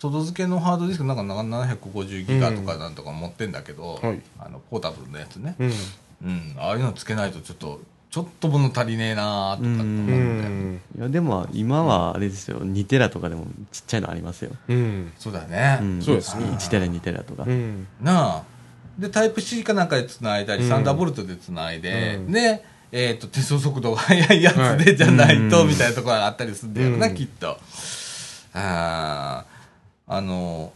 [SPEAKER 1] 外付けのハードディスクなんか750ギガとかなんとか持ってんだけど、
[SPEAKER 3] はい
[SPEAKER 1] あのポータブルのやつね、
[SPEAKER 3] うん。
[SPEAKER 1] うん、ああいうのつけないとちょっとちょっと物足りねえなーとかって思っ
[SPEAKER 3] う
[SPEAKER 1] て、
[SPEAKER 3] ん。
[SPEAKER 2] いや、でも今はあれですよ。2テラとかでもちっちゃいのありますよ。
[SPEAKER 3] うん。
[SPEAKER 1] そうだね、
[SPEAKER 2] ん
[SPEAKER 3] そうですね
[SPEAKER 2] 1テラ、2テラとか
[SPEAKER 3] う。ん。
[SPEAKER 1] なあでタイプ C かなんかでつないだり、
[SPEAKER 3] うん
[SPEAKER 1] サンダーボルトでつないで、
[SPEAKER 3] うん
[SPEAKER 1] で、えー、と転送速度が速いやつで、
[SPEAKER 3] はい
[SPEAKER 1] じゃないと
[SPEAKER 2] うん
[SPEAKER 1] みたいなところがあったりするんだよな、
[SPEAKER 3] うん
[SPEAKER 1] きっとあーあの、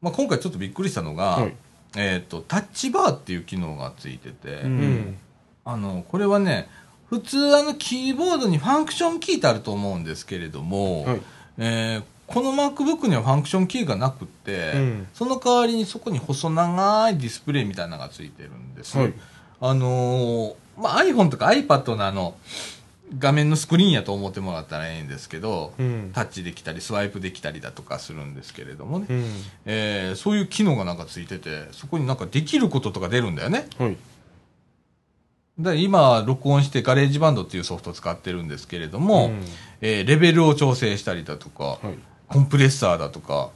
[SPEAKER 1] まあ、今回ちょっとびっくりしたのが、
[SPEAKER 3] はい
[SPEAKER 1] えー、とタッチバーっていう機能がついてて、
[SPEAKER 2] うん
[SPEAKER 3] うん。
[SPEAKER 1] あのこれはね普通あのキーボードにファンクションキーってあると思うんですけれども、
[SPEAKER 3] はい
[SPEAKER 1] えーこの MacBook にはファンクションキーがなくって、
[SPEAKER 3] うん
[SPEAKER 1] その代わりにそこに細長いディスプレイみたいなのがついてるんです、
[SPEAKER 3] はい
[SPEAKER 1] あのーまあ、iPhone とか iPad のあの画面のスクリーンやと思ってもらったらいいんですけど、
[SPEAKER 3] うん
[SPEAKER 1] タッチできたりスワイプできたりだとかするんですけれどもね、
[SPEAKER 3] うん
[SPEAKER 1] えーそういう機能がなんかついててそこになんかできることとか出るんだよね
[SPEAKER 3] はい
[SPEAKER 1] で今録音してガレージバンドっていうソフトを使ってるんですけれども、
[SPEAKER 3] うん
[SPEAKER 1] えーレベルを調整したりだとか、
[SPEAKER 3] はい
[SPEAKER 1] コンプレッサーだとか、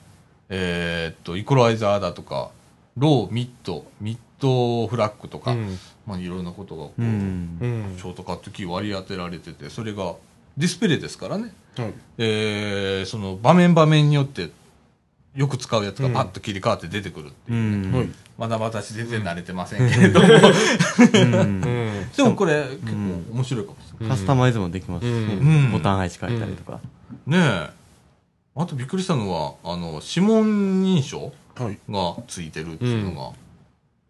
[SPEAKER 1] えーっとイコライザーだとかローミッドミッドフラッグとか、
[SPEAKER 3] うん
[SPEAKER 1] まあ、いろんなことがこう、
[SPEAKER 2] うん
[SPEAKER 3] う。
[SPEAKER 1] シ
[SPEAKER 3] ん
[SPEAKER 1] ョートカットキー割り当てられててそれがディスプレイですからね、
[SPEAKER 3] はい
[SPEAKER 1] えーその場面場面によってよく使うやつがパッと切り替わって出てくるって
[SPEAKER 2] う
[SPEAKER 1] いう、
[SPEAKER 2] ん。
[SPEAKER 3] はい
[SPEAKER 1] まだ私全然慣れてませんけれども、
[SPEAKER 2] うん
[SPEAKER 3] うん
[SPEAKER 1] でもこれ結構面白いかもしれ
[SPEAKER 2] カスタマイズもできますしね
[SPEAKER 3] うん
[SPEAKER 1] うん
[SPEAKER 2] ボタン配置変えたりとか。
[SPEAKER 1] ない、ねえあとびっくりしたのはあの指紋認証
[SPEAKER 3] はい
[SPEAKER 1] がついてるっていうのが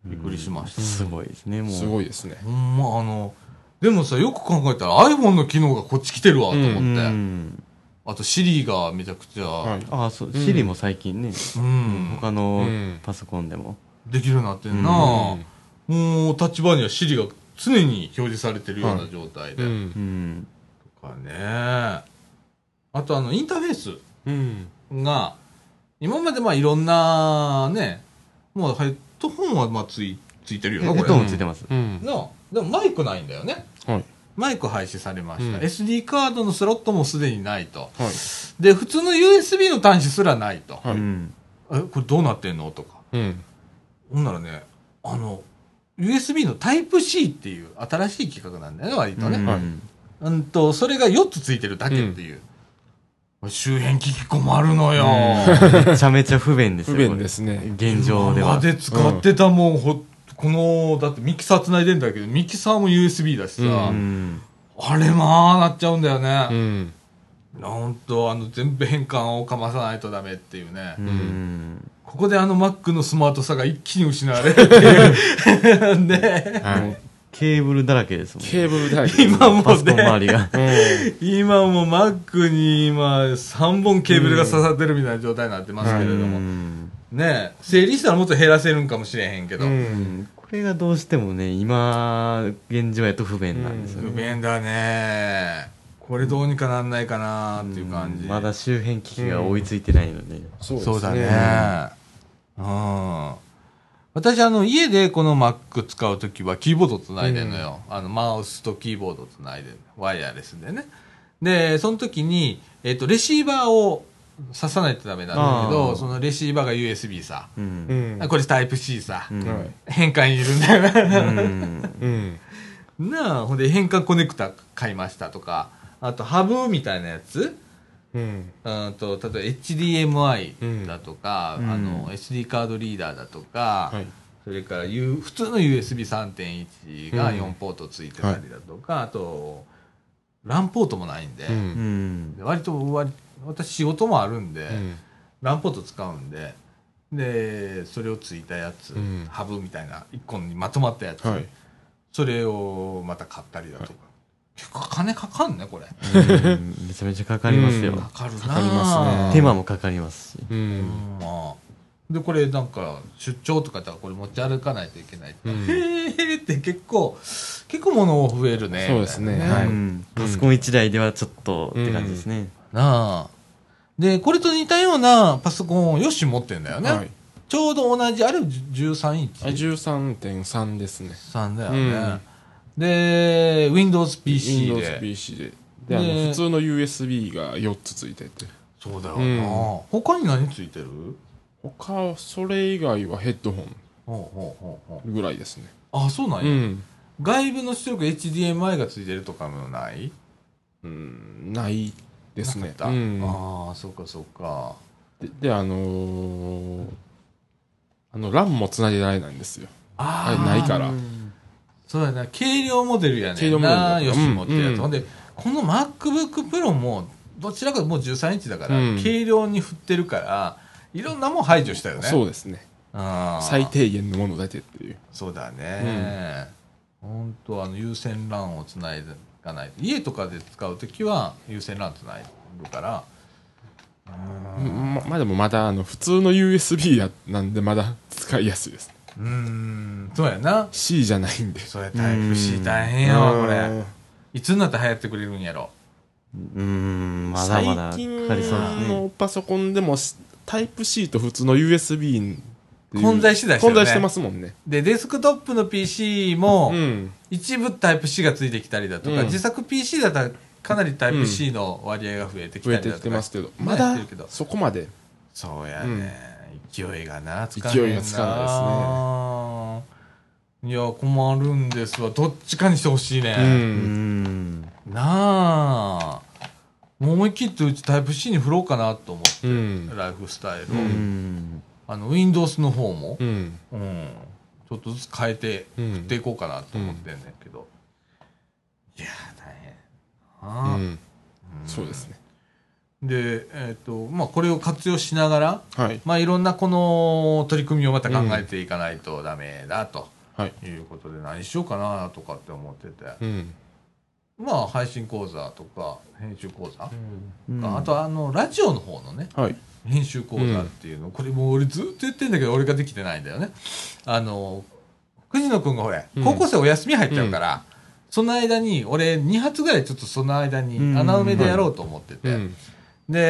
[SPEAKER 1] びっくりしました、
[SPEAKER 2] すごいですね、もう。
[SPEAKER 3] すごいですね
[SPEAKER 1] ほんまあのでもさよく考えたら iPhone の機能がこっち来てるわと思って、
[SPEAKER 2] うん。
[SPEAKER 1] あと Siri がめちゃくちゃ、
[SPEAKER 3] はい
[SPEAKER 2] ああ、そう、シリも最近ね、
[SPEAKER 1] うん、
[SPEAKER 2] 他の
[SPEAKER 3] うん
[SPEAKER 2] パソコンでも。
[SPEAKER 1] できるようになってんな、もうタッチバーには Siri が常に表示されてるような状態で、
[SPEAKER 3] ん
[SPEAKER 2] うん。
[SPEAKER 1] とかねあとあのインターフェース
[SPEAKER 3] うん
[SPEAKER 1] が今までまあいろんなねもうヘッドホンはまあついついてるよ
[SPEAKER 2] ヘ
[SPEAKER 1] なこ
[SPEAKER 2] ッ
[SPEAKER 1] れ
[SPEAKER 2] ドホンついてます。
[SPEAKER 3] うん
[SPEAKER 1] のでもマイクないんだよね
[SPEAKER 3] はい
[SPEAKER 1] マイク廃止されました、
[SPEAKER 3] うん
[SPEAKER 1] SD カードのスロットもすでにないと
[SPEAKER 3] はい
[SPEAKER 1] で普通の USB の端子すらないと、
[SPEAKER 3] はい
[SPEAKER 2] うん。
[SPEAKER 1] えこれどうなってんのとか
[SPEAKER 3] うん
[SPEAKER 1] ほんならねあの USB のタイプ C っていう新しい企画なんだよね割とね、
[SPEAKER 3] はい
[SPEAKER 2] うん
[SPEAKER 1] うんと、それが4つついてるだけっていう。周辺機器困るのよ。
[SPEAKER 2] めちゃめちゃ不便です
[SPEAKER 3] 不
[SPEAKER 2] よ。。
[SPEAKER 3] 便ですすね
[SPEAKER 2] 現状で
[SPEAKER 1] 今ま
[SPEAKER 2] は。
[SPEAKER 1] で使ってたもん、ほこの、だってミキサー繋いでんだけど、ミキサーも USB だしさ、
[SPEAKER 3] う
[SPEAKER 2] うん。
[SPEAKER 1] あれまあなっちゃうんだよ
[SPEAKER 3] う
[SPEAKER 1] ね。
[SPEAKER 3] ん
[SPEAKER 1] ほんと、あの、全部変換をかまさないとダメっていうね。
[SPEAKER 2] うん。
[SPEAKER 1] ここであの Mac のスマートさが一気に失われるっていう。 ね。
[SPEAKER 3] はい
[SPEAKER 2] ケーブルだらけですもん。
[SPEAKER 3] ケーブルだけ
[SPEAKER 1] 今も
[SPEAKER 2] パソコン
[SPEAKER 1] ね、
[SPEAKER 2] 周り が。
[SPEAKER 3] うん
[SPEAKER 1] 今も Mac に今3本ケーブルが刺さってるみたいな状態になってますけれど
[SPEAKER 2] う
[SPEAKER 1] も。
[SPEAKER 2] ん。
[SPEAKER 1] ねえ整理したらもっと減らせるんかもしれへんけど、
[SPEAKER 3] うん
[SPEAKER 2] これがどうしてもね、今、現状やと不便なんですよね。
[SPEAKER 1] 不便だねこれどうにかなんないかなっていう感じ、
[SPEAKER 2] うんまだ周辺機器が追いついてないので。
[SPEAKER 3] そうですね
[SPEAKER 1] そうだねうん私あの家でこの Mac 使う時はキーボードつないでんのよ、あのマウスとキーボードつないでんのワイヤレスでねでその時に、えっとレシーバーを挿さないとダメなんだけ
[SPEAKER 2] あ
[SPEAKER 1] ど
[SPEAKER 2] ー
[SPEAKER 1] そのレシーバーが USB さ、
[SPEAKER 2] う。
[SPEAKER 3] うんん
[SPEAKER 1] これタイプ C さ、
[SPEAKER 2] うん
[SPEAKER 3] はい
[SPEAKER 1] 変換いるんだよね
[SPEAKER 2] うん。
[SPEAKER 3] うん
[SPEAKER 1] なあ、ほんで変換コネクタ買いましたとか、あとハブみたいなやつ、
[SPEAKER 3] うん
[SPEAKER 1] うんと、例えば
[SPEAKER 3] う
[SPEAKER 1] HDMI
[SPEAKER 3] ん
[SPEAKER 1] だとか、
[SPEAKER 2] うん
[SPEAKER 1] あの、SD カードリーダーだとか、
[SPEAKER 3] はい
[SPEAKER 1] それから、U、普通の USB3.1 が
[SPEAKER 3] うん
[SPEAKER 1] 4ポートついてたりだとか、あと、ランポートもないんで、
[SPEAKER 3] うん
[SPEAKER 2] うん
[SPEAKER 1] で割と割、私仕事もあるんで、
[SPEAKER 3] うん
[SPEAKER 1] ランポート使うんで、で、それをついたやつ、
[SPEAKER 3] うん
[SPEAKER 1] ハブみたいな、1個にまとまったやつ、
[SPEAKER 3] はい
[SPEAKER 1] それをまた買ったりだとか、結構金かかんねこれか
[SPEAKER 2] うんめちゃめちゃかかります
[SPEAKER 3] うん
[SPEAKER 2] よ。
[SPEAKER 1] かるな
[SPEAKER 3] かかりますね
[SPEAKER 2] 手間もかかりますし。
[SPEAKER 3] う
[SPEAKER 1] うんんまあでこれなんか出張とかだったらこれ持ち歩かないといけない、
[SPEAKER 3] うん
[SPEAKER 1] へえって結構結構物増えるね
[SPEAKER 3] そうですね
[SPEAKER 1] みたいな
[SPEAKER 3] はい
[SPEAKER 2] うんパソコン1台ではちょっとって感じですね。
[SPEAKER 1] なあでこれと似たようなパソコンをよし持ってんだよね、
[SPEAKER 3] はい
[SPEAKER 1] ちょうど同じあれ13インチ
[SPEAKER 3] あ13.3ですね
[SPEAKER 1] 13だよね、で WindowsPC で
[SPEAKER 3] Windows PC でであ
[SPEAKER 1] で
[SPEAKER 3] の普通の USB が4つついてて
[SPEAKER 1] そうだよな、
[SPEAKER 3] うん
[SPEAKER 1] 他に何ついてる
[SPEAKER 3] 他はそれ以外はヘッドホ
[SPEAKER 1] ほうほうほうほう
[SPEAKER 3] ンぐらいですね
[SPEAKER 1] あそうなん
[SPEAKER 3] う
[SPEAKER 1] や、
[SPEAKER 3] ん
[SPEAKER 1] 外部の出力 HDMI がついてるとかもない
[SPEAKER 3] うんないですね
[SPEAKER 1] なかった
[SPEAKER 3] うん
[SPEAKER 1] ああそうかそうか
[SPEAKER 3] でであのーあの LAN もつなげられないんですよあ
[SPEAKER 1] あ
[SPEAKER 3] れ
[SPEAKER 1] ー
[SPEAKER 3] ないから
[SPEAKER 1] そうやな軽量モデルやね
[SPEAKER 3] 軽
[SPEAKER 1] ん
[SPEAKER 3] 量モデル
[SPEAKER 1] な
[SPEAKER 3] だ
[SPEAKER 1] よし持ってるやつ、
[SPEAKER 3] うん
[SPEAKER 1] ほんでこの MacBookPro もどちらかというともう13インチだから、
[SPEAKER 3] うん
[SPEAKER 1] 軽量に振ってるからいろんなもん排除したよね
[SPEAKER 3] そうですね
[SPEAKER 1] あー
[SPEAKER 3] 最低限のものだけっていう
[SPEAKER 1] そうだね、ほんとあの有線 LAN をつないでがない家とかで使う時は有線 LAN つないるから
[SPEAKER 3] ままあでもまだあの普通の USB やなんでまだ使いやすいです
[SPEAKER 1] うーんそうやな
[SPEAKER 3] C じゃないんで
[SPEAKER 1] それタイプ C 大変やわこれいつになったら流行ってくれるんやろ
[SPEAKER 2] うーん、まだまだかか
[SPEAKER 3] 最
[SPEAKER 2] り
[SPEAKER 3] 近
[SPEAKER 2] そうですね。
[SPEAKER 3] のパソコンでもタイプ C と普通の USB っていう
[SPEAKER 1] 混在してたりしてる
[SPEAKER 3] 混
[SPEAKER 1] ね
[SPEAKER 3] 在してますもんね
[SPEAKER 1] でデスクトップの PC も
[SPEAKER 3] うん
[SPEAKER 1] 一部タイプ C がついてきたりだとか、
[SPEAKER 3] うん
[SPEAKER 1] 自作 PC だったらかなりタイプ C の割合が増えてき
[SPEAKER 3] 増
[SPEAKER 1] たり
[SPEAKER 3] えて
[SPEAKER 1] だ
[SPEAKER 3] き
[SPEAKER 1] と
[SPEAKER 3] て
[SPEAKER 1] か
[SPEAKER 3] ますけど
[SPEAKER 1] ま
[SPEAKER 3] ま
[SPEAKER 1] だ
[SPEAKER 3] だそこまで
[SPEAKER 1] そうやね、勢いがなつかない
[SPEAKER 3] 勢いがつかないです
[SPEAKER 1] ねいや困るんですわどっちかにしてほしいうね、
[SPEAKER 2] うんん。
[SPEAKER 1] なあもう思い切ってうちタイプ C に振ろうかなと思って、
[SPEAKER 3] うん
[SPEAKER 1] ライフスタイルを、
[SPEAKER 3] う
[SPEAKER 2] うんん。
[SPEAKER 1] あの Windows の方も
[SPEAKER 3] う、ん
[SPEAKER 1] うんちょっとずつ変えて
[SPEAKER 3] う
[SPEAKER 1] 振ってい
[SPEAKER 3] ん
[SPEAKER 1] こうかなと思ってんねんけど、いやー大変
[SPEAKER 3] う
[SPEAKER 1] ああ、
[SPEAKER 3] んそうですね
[SPEAKER 1] で、えっとまあ、これを活用しながら、
[SPEAKER 3] はい
[SPEAKER 1] まあ、いろんなこの取り組みをまた考えていかないとダメだと
[SPEAKER 3] はい
[SPEAKER 1] いうことで、何しようかなとかって思ってて、
[SPEAKER 3] うん
[SPEAKER 1] まあ配信講座とか編集講座、
[SPEAKER 2] うん
[SPEAKER 1] あとあのラジオの方のね
[SPEAKER 3] はい
[SPEAKER 1] 編集講座っていうの、これもう俺ずっと言ってんだけど俺ができてないんだよねあの藤野君がほれ
[SPEAKER 3] うん
[SPEAKER 1] 高校生お休み入っちゃうから、その間に俺2発ぐらいちょっとその間に
[SPEAKER 2] うん
[SPEAKER 1] 穴埋めでやろうと思ってて、
[SPEAKER 3] うん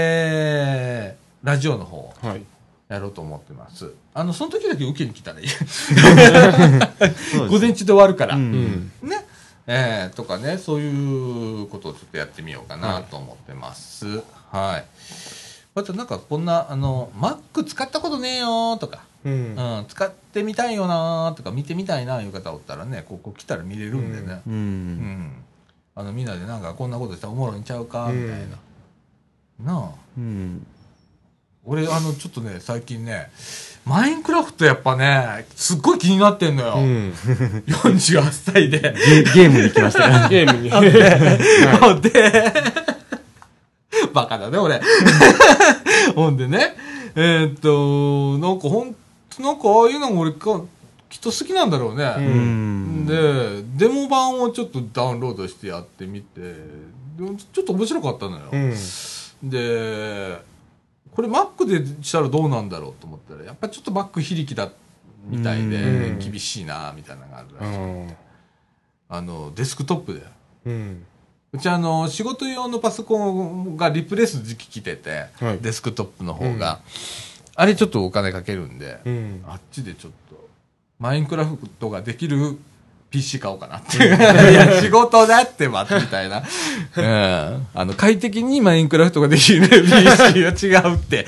[SPEAKER 1] でラジオの方を
[SPEAKER 3] はい
[SPEAKER 1] やろうと思ってますあのその時だけ受けに来たらいい
[SPEAKER 2] そうです
[SPEAKER 1] 午前中で終わるから、
[SPEAKER 2] うん
[SPEAKER 3] うん
[SPEAKER 1] ねえーとかねそういうことをちょっとやってみようかなと思ってますはい、またなんかこんなあの Mac 使ったことねえよーとか、
[SPEAKER 3] うん
[SPEAKER 1] うん、使ってみたいよなーとか見てみたいなーいう方おったらねここ来たら見れるんでね
[SPEAKER 2] う
[SPEAKER 1] うん、
[SPEAKER 2] ん。
[SPEAKER 1] あのみんなでなんかこんなことしたらおもろいんちゃうかみたいな、なあ
[SPEAKER 2] うん。
[SPEAKER 1] 俺あのちょっとね最近ねマインクラフトやっぱねすっごい気になってんのよ、
[SPEAKER 3] うん
[SPEAKER 1] 48歳で
[SPEAKER 2] ゲゲームに行きましたから。
[SPEAKER 3] ゲームにはい
[SPEAKER 1] ほんで、 バカだね、俺。ほんでね、えーっと、なんかほん、なんかああいうのも俺か、きっと好きなんだろう
[SPEAKER 2] う
[SPEAKER 1] ね。
[SPEAKER 2] ん。
[SPEAKER 1] で、デモ版をちょっとダウンロードしてやってみて、でもちょっと面白かったのよ。
[SPEAKER 3] うん
[SPEAKER 1] で、これ Mac でしたらどうなんだろうと思ったら、やっぱちょっと Mac 非力だみたいで
[SPEAKER 3] う、ん
[SPEAKER 1] 厳しいな、みたいなのがあるらしい
[SPEAKER 3] うん
[SPEAKER 1] あの、デスクトップで。
[SPEAKER 3] うん
[SPEAKER 1] うちあの仕事用のパソコンがリプレイス時期来てて、
[SPEAKER 3] はい
[SPEAKER 1] デスクトップの方が、あれちょっとお金かけるんで、
[SPEAKER 3] うん
[SPEAKER 1] あっちでちょっとマインクラフトができる PC 買おうかなっていういや仕事だってばみたいな、うん、あの快適にマインクラフトができる PC が違うって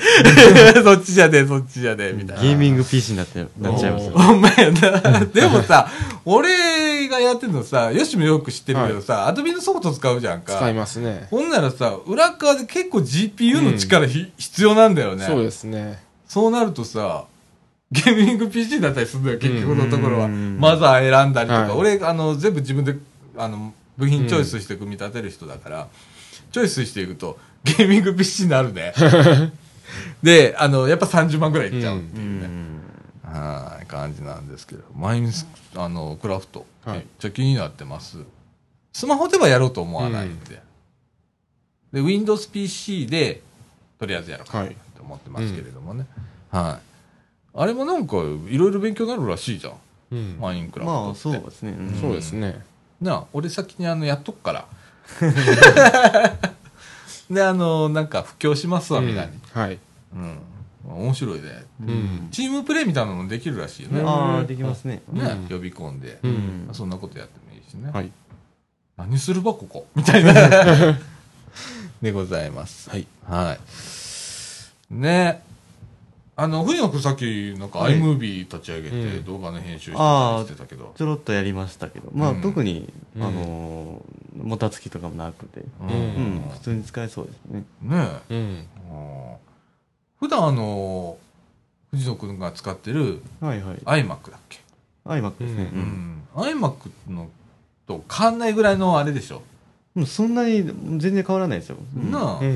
[SPEAKER 1] そっちじゃねえそっちじゃねえみたいな
[SPEAKER 2] ゲーミング PC になって、なっちゃいますよ。
[SPEAKER 1] ほんまやな。でもさ、俺がやってるのさ、よしもよく知ってるけどさ、アドビのソフト使うじゃん
[SPEAKER 3] 使い
[SPEAKER 1] か。
[SPEAKER 3] ますね
[SPEAKER 1] ほんならさ、裏側で結構 GPU の力ひ、必要なんだよね。
[SPEAKER 3] そうですね
[SPEAKER 1] そうなるとさ、ゲーミング PC だったりするんだよ、結局のところは。
[SPEAKER 2] うん
[SPEAKER 1] マザー選んだりとか、
[SPEAKER 3] はい
[SPEAKER 1] 俺、あの、全部自分で、あの、部品チョイスして組み立てる人だから、チョイスしていくと、ゲーミング PC になるね。で、あの、やっぱ30万ぐらいいっちゃうっていうね。はい、感じなんですけど、マインス、あの、クラフト、
[SPEAKER 3] はい
[SPEAKER 1] めっちゃ気になってます。スマホではやろうと思わないんで。で、Windows PC で、とりあえずやろうかな
[SPEAKER 3] はい
[SPEAKER 1] と思ってますけれどもね。はい。あれもなんか、いろいろ勉強になるらしいじゃん。
[SPEAKER 3] うん
[SPEAKER 1] マインクラフ
[SPEAKER 2] ま
[SPEAKER 1] ト
[SPEAKER 2] あ、
[SPEAKER 1] って。
[SPEAKER 2] そうですね。うん
[SPEAKER 3] そうですね
[SPEAKER 1] なあ、俺先にあの、やっとくから。で、あの、なんか、布教しますわ、みたいに。
[SPEAKER 3] うんはい
[SPEAKER 1] うん。面白いね。
[SPEAKER 3] うん
[SPEAKER 1] チームプレイみたいなのもできるらしいよね。
[SPEAKER 2] ああ、できますね。
[SPEAKER 1] ね、
[SPEAKER 3] うん
[SPEAKER 1] 呼び込んで、
[SPEAKER 3] うん
[SPEAKER 1] そんなことやってもいいしね、
[SPEAKER 3] はい
[SPEAKER 1] 何するばこ こみたい なでございます
[SPEAKER 3] はい
[SPEAKER 1] はいねあの藤野君さっきなんか
[SPEAKER 2] はい
[SPEAKER 1] iMovie 立ち上げて
[SPEAKER 3] うん
[SPEAKER 1] 動画の編集してた
[SPEAKER 2] あ
[SPEAKER 1] り
[SPEAKER 2] ー
[SPEAKER 1] してたけど、
[SPEAKER 2] ちょろっとやりましたけど、まあ、
[SPEAKER 1] うん
[SPEAKER 2] 特に、あ
[SPEAKER 3] うん
[SPEAKER 2] のー、もたつきとかもなくて、
[SPEAKER 1] う
[SPEAKER 2] うんん、普通に使えそうですね。
[SPEAKER 1] ねえ
[SPEAKER 3] うん
[SPEAKER 1] うん普段あの藤野君が使ってる
[SPEAKER 2] はいはい。
[SPEAKER 1] iMac だっけ、
[SPEAKER 2] iMac ですね。
[SPEAKER 3] う
[SPEAKER 2] うん
[SPEAKER 1] うんん、iMac のと変わんないぐらいのあれでしょ、
[SPEAKER 2] でもそんなに全然変わらないですよ。うん
[SPEAKER 1] なあ、
[SPEAKER 3] う
[SPEAKER 1] うん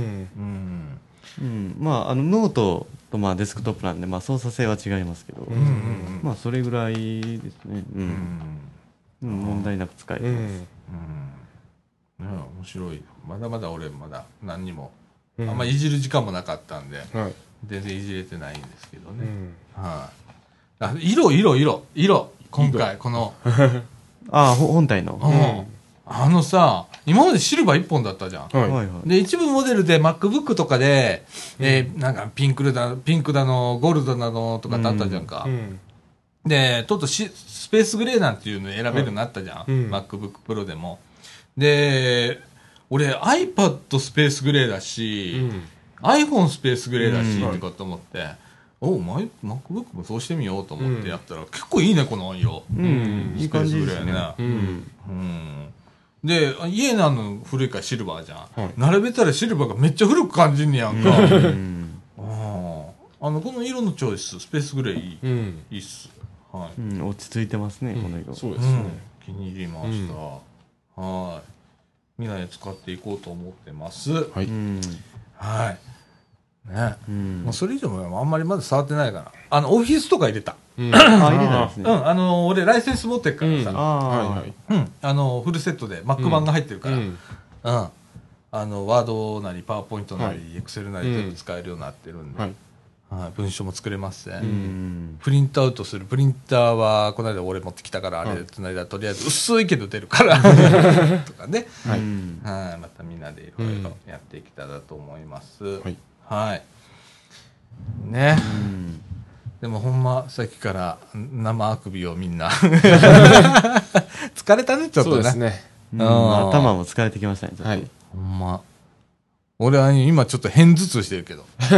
[SPEAKER 3] ん
[SPEAKER 2] うん、まああのノートとまあデスクトップなんで、まあ、操作性は違いますけど、
[SPEAKER 1] うんうん
[SPEAKER 2] まあそれぐらいですね、
[SPEAKER 1] う
[SPEAKER 2] う
[SPEAKER 1] んん
[SPEAKER 2] うん問題なく使え
[SPEAKER 3] う
[SPEAKER 2] る、
[SPEAKER 3] ん
[SPEAKER 1] うんね面白い。まだまだ俺、まだ何にも、
[SPEAKER 3] う
[SPEAKER 1] あんまいじる時間もなかったんで、
[SPEAKER 3] はい。
[SPEAKER 1] 全然いじれてないんですけど
[SPEAKER 3] う
[SPEAKER 1] ね。
[SPEAKER 3] ん。
[SPEAKER 1] はい、あ。色、色、色、色。今回、この、
[SPEAKER 2] ああ、ほ本体の。
[SPEAKER 1] うんあのさ、今までシルバー一本だったじゃん。
[SPEAKER 3] はい。
[SPEAKER 2] はいは
[SPEAKER 1] で、一部モデルで MacBook とかで、えーなんかピンクだ、ピンクだの、ゴールドだのとかってあったじゃんか。
[SPEAKER 3] うん。
[SPEAKER 1] で、とうとうしスペースグレーなんていうの選べるようになったじゃん。
[SPEAKER 3] うん
[SPEAKER 1] MacBook Pro でも。で、俺 iPad スペースグレーだし、iPhone スペースグレーだし、
[SPEAKER 3] うん
[SPEAKER 1] とかと思って、おマイ MacBook もそうしてみようと思っ
[SPEAKER 3] う
[SPEAKER 1] て
[SPEAKER 3] ん
[SPEAKER 1] やったら、結構いいね、この色。
[SPEAKER 2] い。うんん、いい感じで
[SPEAKER 1] スペー
[SPEAKER 2] す
[SPEAKER 1] スグレ
[SPEAKER 2] ね。
[SPEAKER 1] ーね
[SPEAKER 3] うん。
[SPEAKER 1] うん。で、家なの古いからシルバーじゃん。
[SPEAKER 3] はい
[SPEAKER 1] 並べたらシルバーがめっちゃ古く感じんねやんか。
[SPEAKER 2] うん、
[SPEAKER 1] ああの、この色のチョイス、スペースグレーいい。
[SPEAKER 3] うん。
[SPEAKER 1] いいっす。はい。
[SPEAKER 2] うん、落ち着いてますね、この色。。
[SPEAKER 3] そう
[SPEAKER 1] う
[SPEAKER 3] ですね。
[SPEAKER 1] ん、気に入りました、はいみんなで使っていこうと思ってます
[SPEAKER 3] はいう
[SPEAKER 2] ん、
[SPEAKER 1] はいね、
[SPEAKER 2] うん
[SPEAKER 1] もう。それ以上もあんまりまだ触ってないからあのオフィスとか入れた
[SPEAKER 3] うん。
[SPEAKER 2] あ、入れたんです
[SPEAKER 1] う
[SPEAKER 2] ね。
[SPEAKER 1] んあの俺ライセンス持ってるから
[SPEAKER 3] うん
[SPEAKER 1] さ、
[SPEAKER 2] あ
[SPEAKER 3] はいはい。
[SPEAKER 1] うんあのフルセットで Mac 版が入ってるからうん、あのワードなりパワーポイントなりエクセルなり全部使えるようになってるんで、
[SPEAKER 3] はい。
[SPEAKER 1] はい文章も作れますね、
[SPEAKER 3] う
[SPEAKER 2] うん。
[SPEAKER 1] プリントアウトするプリンターはこの間俺持ってきたからあれつないだらとりあえず薄いけど出るから とかね
[SPEAKER 3] はい
[SPEAKER 2] うん
[SPEAKER 1] はい、またみんなでいろいろやっていけたらと思います。
[SPEAKER 3] はい。
[SPEAKER 1] はいね、
[SPEAKER 2] うん
[SPEAKER 1] でもほんまさっきから生あくびをみんな疲れたねちょっ
[SPEAKER 3] そ
[SPEAKER 1] と
[SPEAKER 3] うで
[SPEAKER 1] ね
[SPEAKER 3] すね。
[SPEAKER 2] うん
[SPEAKER 1] あー
[SPEAKER 2] 頭も疲れてきましたね。ちょっと
[SPEAKER 3] はい。
[SPEAKER 1] ほんま俺は今ちょっと偏頭痛してるけど
[SPEAKER 2] そ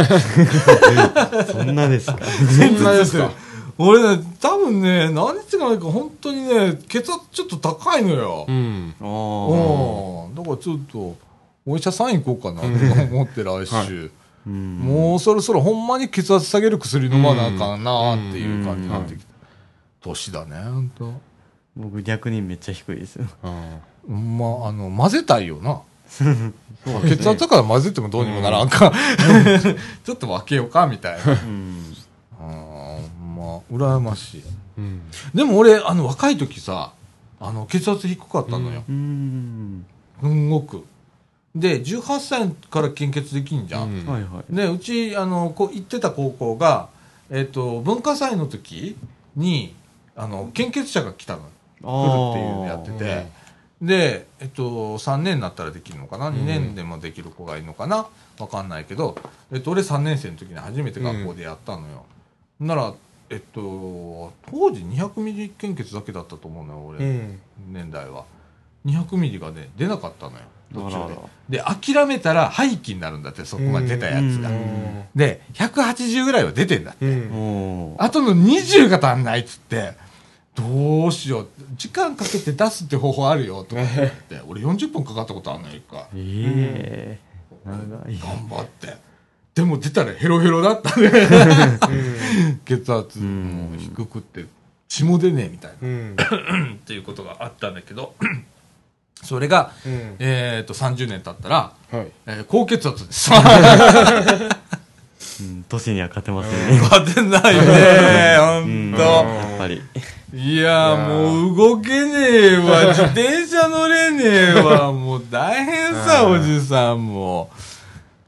[SPEAKER 2] んなですか。
[SPEAKER 3] そんなですか。
[SPEAKER 1] 俺ね多分ね何日か前か本当にね血圧ちょっと高いのよ、
[SPEAKER 3] うん。
[SPEAKER 2] おお。
[SPEAKER 1] うん、だからちょっとお医者さん行こうかなと思って来週、
[SPEAKER 3] はい
[SPEAKER 2] も
[SPEAKER 1] もうそろそろほんまに血圧下げる薬飲まなあかんなあっていう感じになってきた。年だね、ほんと。
[SPEAKER 2] うん、僕逆にめっちゃ低いですよ。
[SPEAKER 3] あ
[SPEAKER 1] ほんま、あの、混ぜたいよな。
[SPEAKER 3] あ。
[SPEAKER 1] 血圧だから混ぜてもどうにもならんか。ちょっと分けようか、みたいな。
[SPEAKER 2] うん。
[SPEAKER 1] あーほんまあ、羨ましい。
[SPEAKER 3] うん。
[SPEAKER 1] でも俺、あの、若い時さ、あの、血圧低かったのよ。
[SPEAKER 2] うん。
[SPEAKER 1] すんごく。で、18歳から献血できんじゃん。
[SPEAKER 3] うん
[SPEAKER 2] はいはい。
[SPEAKER 1] でうちあのこう行ってた高校が、えっと文化祭の時にあの献血者が来たの来るっていうのやってて、で、えっと、3年になったらできるのかな2年でもできる子がいるのかなわかんないけど、えっと、俺3年生の時に初めて学校でやったのよ、ならえっと当時200ミリ献血だけだったと思うのよ
[SPEAKER 3] う
[SPEAKER 1] 俺、
[SPEAKER 3] ん。
[SPEAKER 1] 年代は200ミリがね出なかったのよ途
[SPEAKER 2] あらあ
[SPEAKER 1] 中
[SPEAKER 2] ら
[SPEAKER 1] でで諦めたら廃棄になるんだってそこまで出たやつが、で、180ぐらいは出てんだ。
[SPEAKER 3] うん。
[SPEAKER 2] おー
[SPEAKER 1] あとの20が足んないっつって、どうしよう。時間かけて出すって方法あるよ、とか言 って。俺40分かかったことあんないか。
[SPEAKER 2] ええ長い。
[SPEAKER 1] 頑張って。でも出たらヘロヘロだったね。血圧も低くって、血も出ねえみたいな。
[SPEAKER 3] うん。
[SPEAKER 1] っていうことがあったんだけど、 それが、
[SPEAKER 3] うん。
[SPEAKER 1] えっと、30年経ったら、
[SPEAKER 3] はい。
[SPEAKER 1] えー高血圧 です。勝
[SPEAKER 2] うん、年には勝てませんね。
[SPEAKER 1] てないね。ほ
[SPEAKER 2] うん
[SPEAKER 1] んと。
[SPEAKER 2] やっぱり。
[SPEAKER 1] いやー
[SPEAKER 3] いやー
[SPEAKER 1] もう動けねえ わ、自転車乗れねえわ、もう大変さ、おじさんも。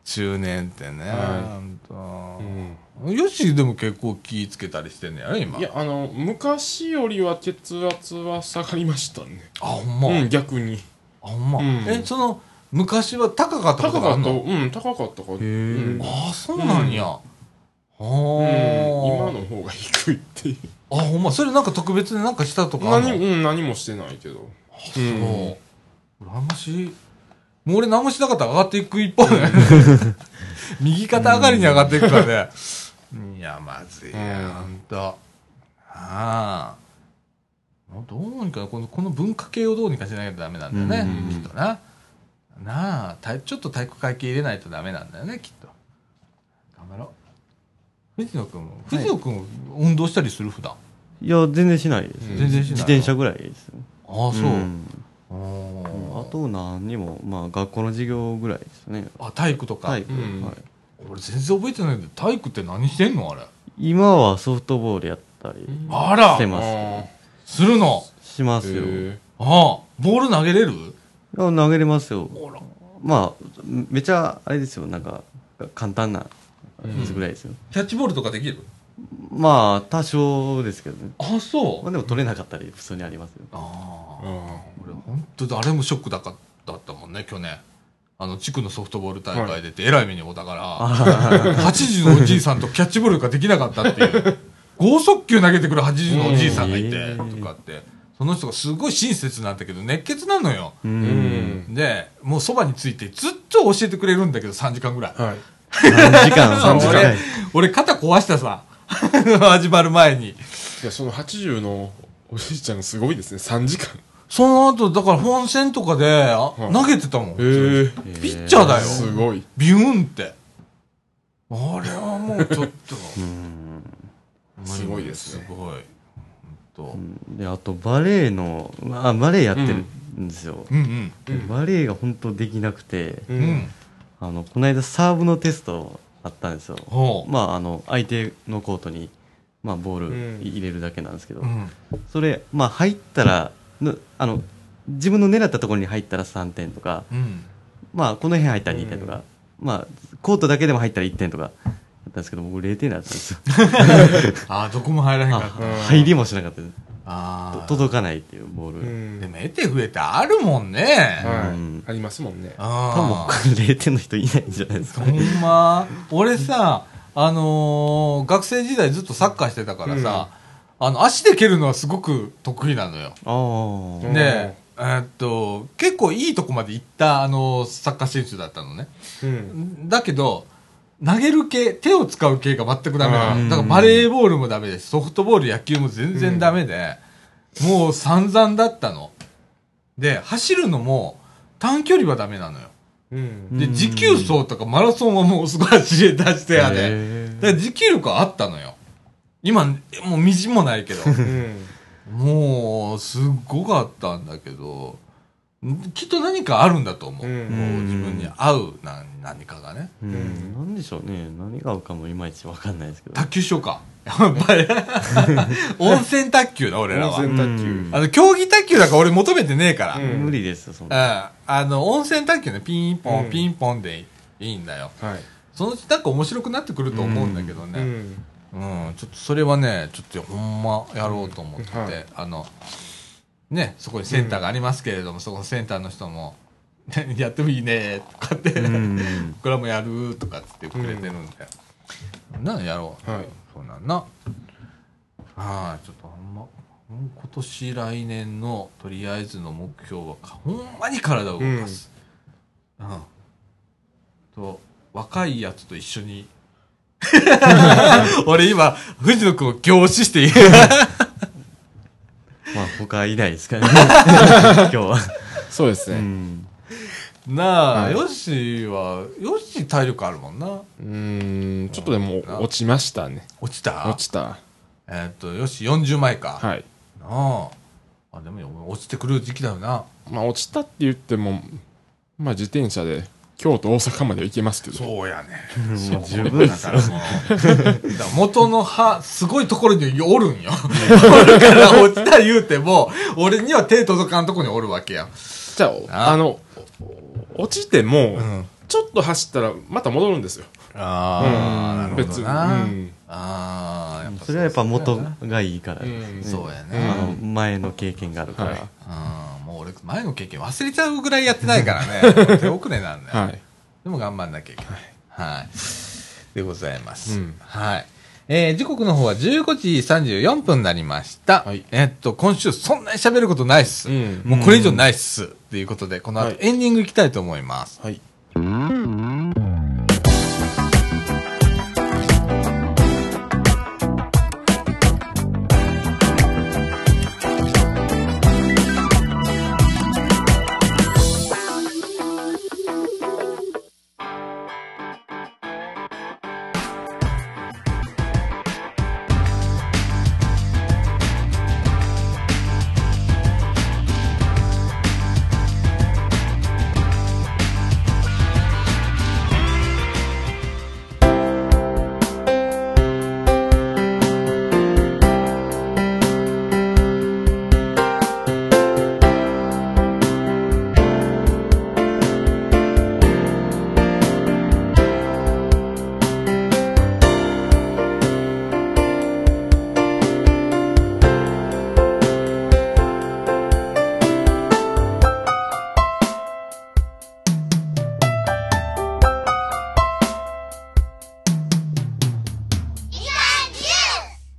[SPEAKER 1] 中年ってね、
[SPEAKER 3] は
[SPEAKER 1] ほ
[SPEAKER 3] うんん。
[SPEAKER 1] と。よし、でも結構気ぃつけたりしてんねやろ、今。
[SPEAKER 3] いや、あの、昔よりは血圧は下がりましたね。
[SPEAKER 1] あ、ほんま。
[SPEAKER 3] うん、逆に。
[SPEAKER 1] あ、ほんま。
[SPEAKER 3] うん
[SPEAKER 1] え、その、昔は高かったこ
[SPEAKER 3] 高
[SPEAKER 1] とが
[SPEAKER 3] か
[SPEAKER 1] あ
[SPEAKER 3] っ
[SPEAKER 1] ん
[SPEAKER 3] た。
[SPEAKER 1] の
[SPEAKER 3] うん、高かったから。うん、
[SPEAKER 2] え
[SPEAKER 1] あそうなんや。ああ
[SPEAKER 3] うん
[SPEAKER 1] ー
[SPEAKER 3] 今の方が低いって いう。
[SPEAKER 1] あ、ほんま。それなんか特別になんかしたとかあんの
[SPEAKER 3] 何、うん、何もしてないけど。うん
[SPEAKER 1] そう。羨ましい。もう俺何もしなかったら上がっていく一方 ね。右肩上がりに上がっていくからね。いや、まずいよ、
[SPEAKER 3] うん
[SPEAKER 1] ほんと。ああ。どうにか、この、この文化系をどうにかしなきゃダメなんだよね
[SPEAKER 3] う。ん
[SPEAKER 1] きっとな。なあ、体ちょっと体育会系入れないとダメなんだよね、きっと。頑張ろう。藤野くんも、藤野くんも運動したりする普段。
[SPEAKER 2] いや、全然しないです。
[SPEAKER 3] うん
[SPEAKER 1] 全然しない。
[SPEAKER 2] 自転車ぐらいです。
[SPEAKER 1] ああ、そう。
[SPEAKER 2] ん
[SPEAKER 1] あ
[SPEAKER 2] あと何にも、まあ学校の授業ぐらいですね。
[SPEAKER 1] あ体育とか、
[SPEAKER 2] 体育、
[SPEAKER 3] うん
[SPEAKER 2] はい。
[SPEAKER 1] 俺全然覚えてないけど体育って何してんのあれ
[SPEAKER 2] 今はソフトボールやったり
[SPEAKER 1] あら
[SPEAKER 2] して
[SPEAKER 3] あ
[SPEAKER 2] ますけど
[SPEAKER 3] ー
[SPEAKER 1] するの
[SPEAKER 2] しま
[SPEAKER 3] へ
[SPEAKER 2] すよ。
[SPEAKER 1] ああボール投げれる
[SPEAKER 2] あ投げれますよ。まあ、めちゃ、あれですよ、なんか、簡単なやつぐらいですよ。
[SPEAKER 1] キャッチボールとかできる
[SPEAKER 2] まあ、多少ですけどね。
[SPEAKER 1] あ、そ
[SPEAKER 2] まあ、
[SPEAKER 1] う。
[SPEAKER 2] でも取れなかったり、普通にあり ますよ。
[SPEAKER 1] ああ。
[SPEAKER 3] う。
[SPEAKER 1] 俺、本当と誰もショックだかだったもんね、去年。あの、地区のソフトボール大会出て、えらい目に遭うたから、80のおじいさんとキャッチボールができなかったっていう。剛速球投げてくる80のおじいさんがいて、
[SPEAKER 2] うん
[SPEAKER 1] とかって。その人がすごい親切なんだけど、熱血なのよ。
[SPEAKER 2] うん。
[SPEAKER 3] うんん。
[SPEAKER 1] で、もうそばについてずっと教えてくれるんだけど、3時間ぐらい。
[SPEAKER 3] はい。
[SPEAKER 2] 3時 間、
[SPEAKER 1] 3
[SPEAKER 2] 3
[SPEAKER 1] 時
[SPEAKER 2] 時
[SPEAKER 1] 間
[SPEAKER 2] 間。
[SPEAKER 1] 俺俺肩壊したさ 始まる前に
[SPEAKER 3] いや、その80のおじいちゃんがすごいですね。3時間。
[SPEAKER 1] その後だから本戦とかで、あ
[SPEAKER 3] うん
[SPEAKER 1] 投げてたもん
[SPEAKER 3] へ
[SPEAKER 1] ピ
[SPEAKER 3] え。
[SPEAKER 1] ッチャーだよ
[SPEAKER 3] すごい。
[SPEAKER 1] ビューンってあれはもうちょっと
[SPEAKER 2] うん
[SPEAKER 3] すごいですね
[SPEAKER 1] すごいほん
[SPEAKER 2] で、あと、バレエの、あ、バレエやってるんですよ。
[SPEAKER 1] とうん
[SPEAKER 3] うんうん
[SPEAKER 2] バレエが本当できなくて、
[SPEAKER 1] う
[SPEAKER 3] う
[SPEAKER 1] んうん。
[SPEAKER 2] あの、この間サーブのテストあったんですよ。
[SPEAKER 1] ほう
[SPEAKER 2] まあ、あの、相手のコートに、まあ、ボー
[SPEAKER 3] うん
[SPEAKER 2] ル入れるだけなんですけど、
[SPEAKER 1] うん
[SPEAKER 2] それ、まあ、入ったら、ぬあの、自分の狙ったところに入ったら3点とか、
[SPEAKER 1] うん
[SPEAKER 2] まあ、この辺入ったら2点とか、まあ、コートだけでも入ったら1点とか、だったんですけど、僕0点だったんですよ。
[SPEAKER 1] あーどこも入らへんかった
[SPEAKER 2] あ 入りもしなかったですと
[SPEAKER 1] ああ
[SPEAKER 2] 届かないっていうボール。
[SPEAKER 3] うん
[SPEAKER 1] でも得て増えてあるもんね
[SPEAKER 3] はい。ありますもんね。
[SPEAKER 1] ああ
[SPEAKER 2] 多 分他に0点の人いないんじゃないですか
[SPEAKER 1] ほ。んま、俺さ、あのー学生時代ずっとサッカーしてたからさ、あの、足で蹴るのはすごく得意なのよ。
[SPEAKER 2] ああ。
[SPEAKER 3] うん
[SPEAKER 1] で、えーっと、結構いいとこまで行った、あのーサッカー選手だったのね。
[SPEAKER 3] うん。
[SPEAKER 1] だけど、投げる系、手を使う系が全くダメな
[SPEAKER 2] う
[SPEAKER 1] の。
[SPEAKER 2] ん
[SPEAKER 1] だからバレーボールもダメです。ソフトボール、野球も全然ダメで、もう散々だったの。で、走るのも短距離はダメなのよ。
[SPEAKER 3] うん。
[SPEAKER 1] で、
[SPEAKER 2] うん
[SPEAKER 1] 持久走とかマラソンはもうすごい走り出してやで。だから持久力はあったのよ。今、もうみじんもないけ ど。
[SPEAKER 3] うん。
[SPEAKER 1] もう、すっごかったんだけど、んきっと何かあるんだと思う。
[SPEAKER 3] うん
[SPEAKER 1] こう自分に合うな何かがね。
[SPEAKER 2] うん、なんでしょうね何が合うかもいまいちわかんないですけど
[SPEAKER 1] 卓球しようか。やっ ぱり。温泉卓球だ、俺らは。
[SPEAKER 3] 温泉卓球
[SPEAKER 2] うん
[SPEAKER 1] あの、競技卓球なんか俺求めてねえから。
[SPEAKER 3] うん
[SPEAKER 2] 無理ですよそん
[SPEAKER 1] うん
[SPEAKER 2] な
[SPEAKER 1] あの、温泉卓球ね、ピンポ
[SPEAKER 3] う
[SPEAKER 1] ン、
[SPEAKER 3] ん
[SPEAKER 1] ピンポンでいいんだよ。
[SPEAKER 3] はい。
[SPEAKER 1] そのうちなんか面白くなってくると思うんだけどね。
[SPEAKER 3] うん。
[SPEAKER 1] うん、ちょっとそれはね、ちょっとほんまやろうと思ってて、
[SPEAKER 3] うんはい
[SPEAKER 1] あの、ね、そこにセンターがありますけれども、そこのセンターの人も、 ねやってもいいね、とかって、
[SPEAKER 2] うん
[SPEAKER 1] 僕らもやる、とかっつってくれてるんで、なんかやろう。
[SPEAKER 3] はい
[SPEAKER 1] そうなんな。はい、ちょっとほんま、ほん今年来年のとりあえずの目標は、ほんまに体を動かす。うん。と、若いやつと一緒 に、俺今、藤野くんを凝視している。
[SPEAKER 2] まあ他いないですからね今日は、
[SPEAKER 3] そうです
[SPEAKER 2] う
[SPEAKER 3] ね。
[SPEAKER 2] ん、
[SPEAKER 1] なあ、
[SPEAKER 3] はい
[SPEAKER 1] ヨッシーは、ヨッシー体力あるもんな。
[SPEAKER 3] うーん。ちょっとでも落ちましたね。
[SPEAKER 1] 落ちた
[SPEAKER 3] 落ちた。
[SPEAKER 1] えーっと、ヨッシー40枚か。
[SPEAKER 3] はい。
[SPEAKER 1] なあ。あ、でも落ちてくる時期だよな。
[SPEAKER 3] まあ落ちたって言っても、まあ自転車で京都、大阪までは行けますけど。
[SPEAKER 1] そうやね。
[SPEAKER 2] もう十分
[SPEAKER 1] だからもう。 だから元の歯、すごいところにおるんよ。だから落ちた言うても、俺には手届かんとこにおるわけや。
[SPEAKER 3] じゃ
[SPEAKER 1] あ
[SPEAKER 3] あ、あの、落ちても、
[SPEAKER 1] ん
[SPEAKER 3] ちょっと走ったらまた戻るんですよ。
[SPEAKER 1] あ
[SPEAKER 3] うん
[SPEAKER 1] ーなるほどな。
[SPEAKER 3] 別にうん
[SPEAKER 1] ああ、やっぱ
[SPEAKER 2] それはやっぱ
[SPEAKER 1] そ
[SPEAKER 2] 元
[SPEAKER 1] うやな
[SPEAKER 2] がいいからですね、
[SPEAKER 3] うん
[SPEAKER 1] そうやね
[SPEAKER 2] あの前の経験があるから、
[SPEAKER 3] はい
[SPEAKER 1] うんもう俺、前の経験忘れちゃうぐらいやってないから ね。手遅れなんだよ。
[SPEAKER 3] はい。
[SPEAKER 1] でも頑張んなきゃいけない。はい。でございます。
[SPEAKER 3] うん
[SPEAKER 1] はい。えー時刻の方は15時34分になりました。
[SPEAKER 3] はい
[SPEAKER 1] えーっと、今週そんなに喋ることないっす。
[SPEAKER 3] うん
[SPEAKER 1] もうこれ以上ないっす。ということで、この後
[SPEAKER 3] はい
[SPEAKER 1] エンディングいきたいと思います。
[SPEAKER 3] はい。
[SPEAKER 4] 「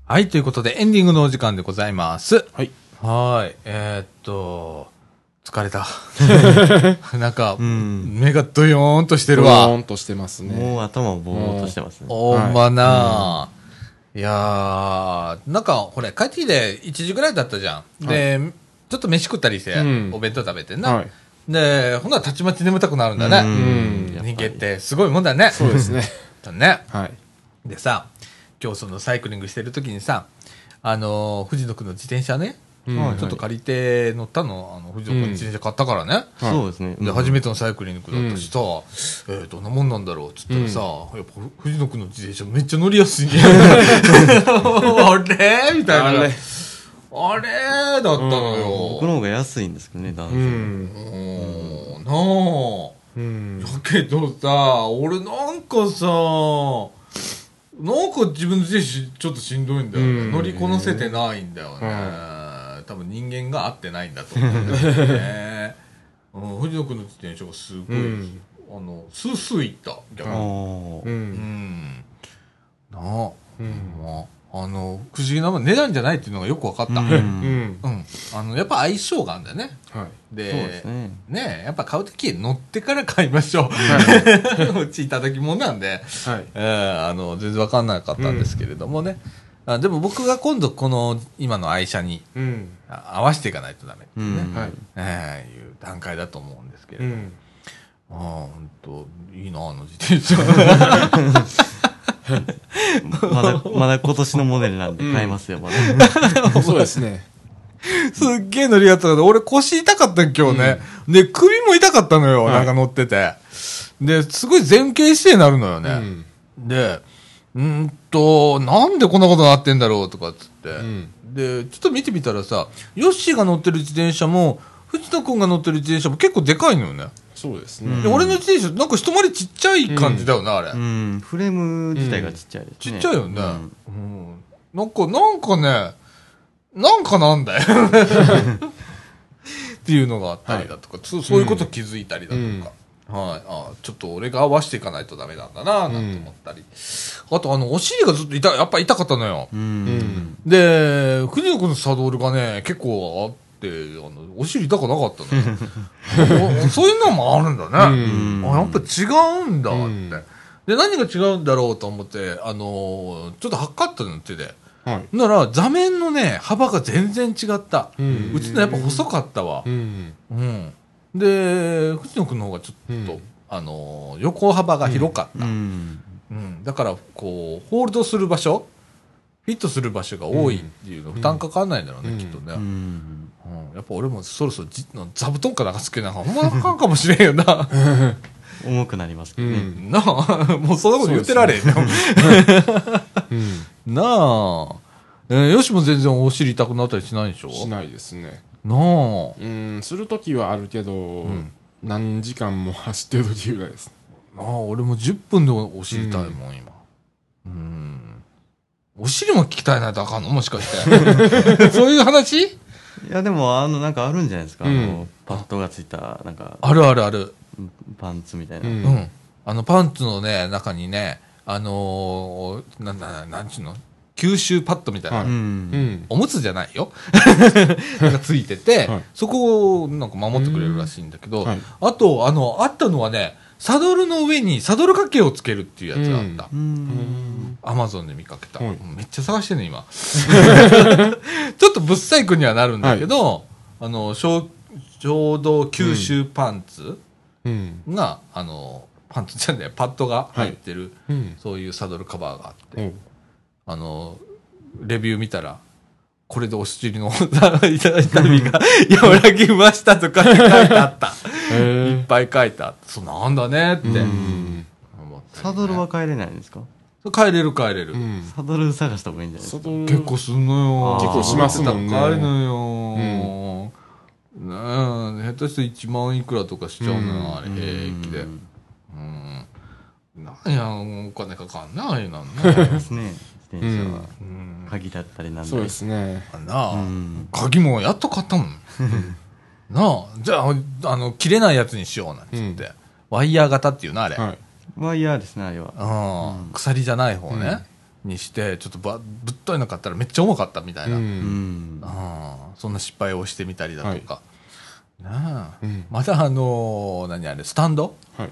[SPEAKER 1] はい、ということでエンディングのお時間でございます。
[SPEAKER 3] はい。
[SPEAKER 1] はーい。えーっと、疲れた。 なんか、
[SPEAKER 2] ん
[SPEAKER 1] 目がドヨーンとして
[SPEAKER 3] ド
[SPEAKER 1] る
[SPEAKER 3] ロー
[SPEAKER 1] わ。
[SPEAKER 3] ンとしてますね。
[SPEAKER 2] もう頭をぼーっとしてますね。
[SPEAKER 1] おんまな、いやー、なんか、ほれ、帰ってきて1時ぐらいだったじゃん。で、ちょっと飯食ったりして、
[SPEAKER 3] うん
[SPEAKER 1] お弁当食べてんな。
[SPEAKER 3] はい。
[SPEAKER 1] で、ほんならたちまち眠たくなるんだ
[SPEAKER 2] う
[SPEAKER 1] ね。
[SPEAKER 2] ん。やっぱり
[SPEAKER 1] 人間っ。てすごいもんだね。
[SPEAKER 3] そうですね。
[SPEAKER 1] だね。
[SPEAKER 3] はい。
[SPEAKER 1] でさ、今日そのサイクリングしてる時にさ、あのー藤野くんの自転車ね、
[SPEAKER 3] うん
[SPEAKER 2] はい
[SPEAKER 1] ちょっと借りて乗ったの、あの藤野くんの自転車買ったからね。
[SPEAKER 3] はい
[SPEAKER 2] そうですね。
[SPEAKER 1] で、初
[SPEAKER 2] て。
[SPEAKER 1] めてのサイクリングだったしさ、えーどんなもんなんだろうっつったらさ、やっぱ藤野くんの自転車めっちゃ乗りやすいね。 あれみたいな。あ
[SPEAKER 3] あ
[SPEAKER 1] れだっ
[SPEAKER 3] れ
[SPEAKER 1] たの
[SPEAKER 2] 僕
[SPEAKER 1] よ。
[SPEAKER 2] の方が安いんですけどね、男
[SPEAKER 3] う。
[SPEAKER 2] 性。
[SPEAKER 1] うんん、なあ。
[SPEAKER 3] うん
[SPEAKER 1] だ。けどさ、俺なんかさ、なんか自分自身ちょっとしんどいんだよね。
[SPEAKER 3] うん
[SPEAKER 1] 乗りこなせてないんだよね。多分人間が合ってないんだと思うんだよね。うん、藤野君の自転車がすごい、
[SPEAKER 3] うん
[SPEAKER 1] あの、スースーいった、逆に。
[SPEAKER 2] お
[SPEAKER 3] う。
[SPEAKER 2] ー
[SPEAKER 1] うんん。なあ、
[SPEAKER 3] うん。
[SPEAKER 1] まあ、あの、不思議なもん、値段じゃないっていうのがよく分かった。う。
[SPEAKER 2] うん。
[SPEAKER 3] うんん。
[SPEAKER 1] あの、やっぱ相性があるんだよね。
[SPEAKER 3] はい。
[SPEAKER 1] で、
[SPEAKER 2] そうですね。
[SPEAKER 1] ねえ、やっぱ買うとき乗ってから買いましょ う。うちいただきもんなんで、
[SPEAKER 3] はい。
[SPEAKER 1] えーあの、全然わかんなかったんですけれどもね。あでも僕が今度この今の愛車に
[SPEAKER 3] うん。
[SPEAKER 1] あ合わせていかないとダメって
[SPEAKER 2] う
[SPEAKER 1] いうね、
[SPEAKER 2] ん。
[SPEAKER 3] はい。
[SPEAKER 1] えーいう段階だと思うんですけれ
[SPEAKER 3] う
[SPEAKER 1] ど、
[SPEAKER 3] ん。
[SPEAKER 1] ああ、ほんと、いいな、あの自転車。
[SPEAKER 2] まだ、まだ今年のモデルなんで買えますよ、まだ。
[SPEAKER 3] そうですね。
[SPEAKER 1] すっげえ乗りやったから、俺腰痛かったの今日ね、で、首も痛かったのよ、
[SPEAKER 3] はい
[SPEAKER 1] なんか乗ってて。で、すごい前傾姿勢になるのよね。
[SPEAKER 3] うん。
[SPEAKER 1] で、うーんと、なんでこんなことなってんだろうとかっつって、
[SPEAKER 3] ん
[SPEAKER 1] で、ちょっと見てみたらさ、ヨッシーが乗ってる自転車も、藤田君が乗ってる自転車も結構でかいのよね。
[SPEAKER 3] そうです
[SPEAKER 1] で
[SPEAKER 3] ね。
[SPEAKER 1] 俺の自転車、なんか一回りちっちゃい感じだよな、あれ、
[SPEAKER 2] うん。フレーム自体がちっちゃいです
[SPEAKER 1] ち
[SPEAKER 2] ね。
[SPEAKER 1] っちゃいよね、う
[SPEAKER 2] う
[SPEAKER 1] ん
[SPEAKER 2] ん
[SPEAKER 1] なんか、なんかね、なんかなんだよ。 っていうのがあったりだとか、そうそういうこと気づいたりだとか。はい、あちょっと俺が合わせていかないとダメなんだなぁなんて思ったり、あとあのお尻がずっと痛いやっぱ痛かったのよ、
[SPEAKER 2] う。
[SPEAKER 3] うんん。
[SPEAKER 1] で藤野君のサドルがね結構あってあのお尻痛くなかったの よおそういうのもあるんだね、
[SPEAKER 3] うん
[SPEAKER 1] あやっぱ違うんだって、
[SPEAKER 3] うん
[SPEAKER 1] で何が違うんだろうと思ってあのーちょっと測ったの手で
[SPEAKER 3] はい。
[SPEAKER 1] なら座面のね幅が全然違った、う
[SPEAKER 3] うん
[SPEAKER 1] ちのやっぱ細かったわ、
[SPEAKER 3] うん。
[SPEAKER 1] うん、で藤野君の方がちょっと、
[SPEAKER 3] うん
[SPEAKER 1] あのー横幅が広かった、
[SPEAKER 2] う
[SPEAKER 1] うん
[SPEAKER 2] ん。
[SPEAKER 1] だからこうホールドする場所フィットする場所が多いっていうの、負担かかんないんだろうね、
[SPEAKER 3] うん
[SPEAKER 1] きっとね、
[SPEAKER 2] う
[SPEAKER 1] うん
[SPEAKER 2] ん。
[SPEAKER 1] やっぱ俺もそろそろじ座布団かなんかつけながらほんまあかんかもしれんよな
[SPEAKER 2] 重くなりますけ
[SPEAKER 3] う
[SPEAKER 2] どね。
[SPEAKER 3] ん。
[SPEAKER 1] なあもうそんなこと言ってられんよ、
[SPEAKER 3] うん。
[SPEAKER 1] なあえーよしも全然お尻痛くなったりしないでしょ
[SPEAKER 3] しないですね。
[SPEAKER 1] なあ
[SPEAKER 3] うん。するときはあるけど
[SPEAKER 1] ん、
[SPEAKER 3] 何時間も走ってるときぐらいです。
[SPEAKER 1] なあ俺も10分でお尻痛いもん、今。うん。お尻も聞きたいなとあかんのもしかして。そういう話
[SPEAKER 2] いや、でも、あの、なんかあるんじゃないですか。あ
[SPEAKER 3] う
[SPEAKER 2] の、パッドがついた、なんか、
[SPEAKER 1] あるあるある。
[SPEAKER 2] パンツみたいうな。。
[SPEAKER 1] うんん。。あの、パンツのね、中にね、あのー、なんだ、なんちゅうの吸収パッドみたいな。
[SPEAKER 3] はいううんん。
[SPEAKER 1] おむつじゃない よ。なんかついてて、
[SPEAKER 3] はい
[SPEAKER 1] そこをなんか守ってくれるらしいんだけど、
[SPEAKER 3] うんはい
[SPEAKER 1] あと、あの、あったのはね、サドルの上にサドル掛けをつけるっていうやつがあった。
[SPEAKER 2] うん。
[SPEAKER 1] アマゾンで見かけた。
[SPEAKER 3] はい
[SPEAKER 1] めっちゃ探してんね、 今。ちょっとぶっ細工にはなるんだけど、あの、小衝動吸収パンツ
[SPEAKER 3] うん。
[SPEAKER 1] が、あの、パンツじゃねえパッドが入ってる、
[SPEAKER 3] うん。
[SPEAKER 1] そういうサドルカバーがあって、
[SPEAKER 3] おう
[SPEAKER 1] あの、レビュー見たら、これでお尻の痛みが 和らぎましたとかって書いてあった。いっ
[SPEAKER 3] へ
[SPEAKER 1] ぱい書いてあった。そうなんだねって
[SPEAKER 3] え。
[SPEAKER 1] 思ったり
[SPEAKER 3] う
[SPEAKER 1] ね、
[SPEAKER 3] ん。
[SPEAKER 2] サドルは変えれないんですか
[SPEAKER 1] 変えれる変えれる。
[SPEAKER 3] うん。
[SPEAKER 2] サドル探した方がいいんじゃないです
[SPEAKER 3] 結
[SPEAKER 2] か。
[SPEAKER 1] 結構すんのよ
[SPEAKER 2] あー結構し
[SPEAKER 3] ますもんね
[SPEAKER 1] 高いのよ、ねえ下手して1万いくらとかしちゃうのよ、
[SPEAKER 3] うん
[SPEAKER 1] あれ平気で
[SPEAKER 2] う
[SPEAKER 1] うん
[SPEAKER 2] ん
[SPEAKER 1] なんやお金かかんなあれなん
[SPEAKER 2] そう
[SPEAKER 1] な
[SPEAKER 2] ですね。自転車は。
[SPEAKER 1] うん
[SPEAKER 2] 鍵だったりなんだり。
[SPEAKER 3] そうですね。
[SPEAKER 1] なあ、
[SPEAKER 2] うん
[SPEAKER 1] 鍵もやっと買ったもんなあじゃああの切れないやつにしようなんつって、ワイヤー型っていうなあれ、
[SPEAKER 3] はい。
[SPEAKER 2] ワイヤーですね、あれは。
[SPEAKER 1] うん、鎖じゃない方ね、にして、ちょっとばぶっといの買ったらめっちゃ重かったみたいな。
[SPEAKER 2] うんん。
[SPEAKER 1] ああそんな失敗をしてみたりだとか、なあ、
[SPEAKER 3] うん
[SPEAKER 1] またあのー何あれスタンド
[SPEAKER 3] はい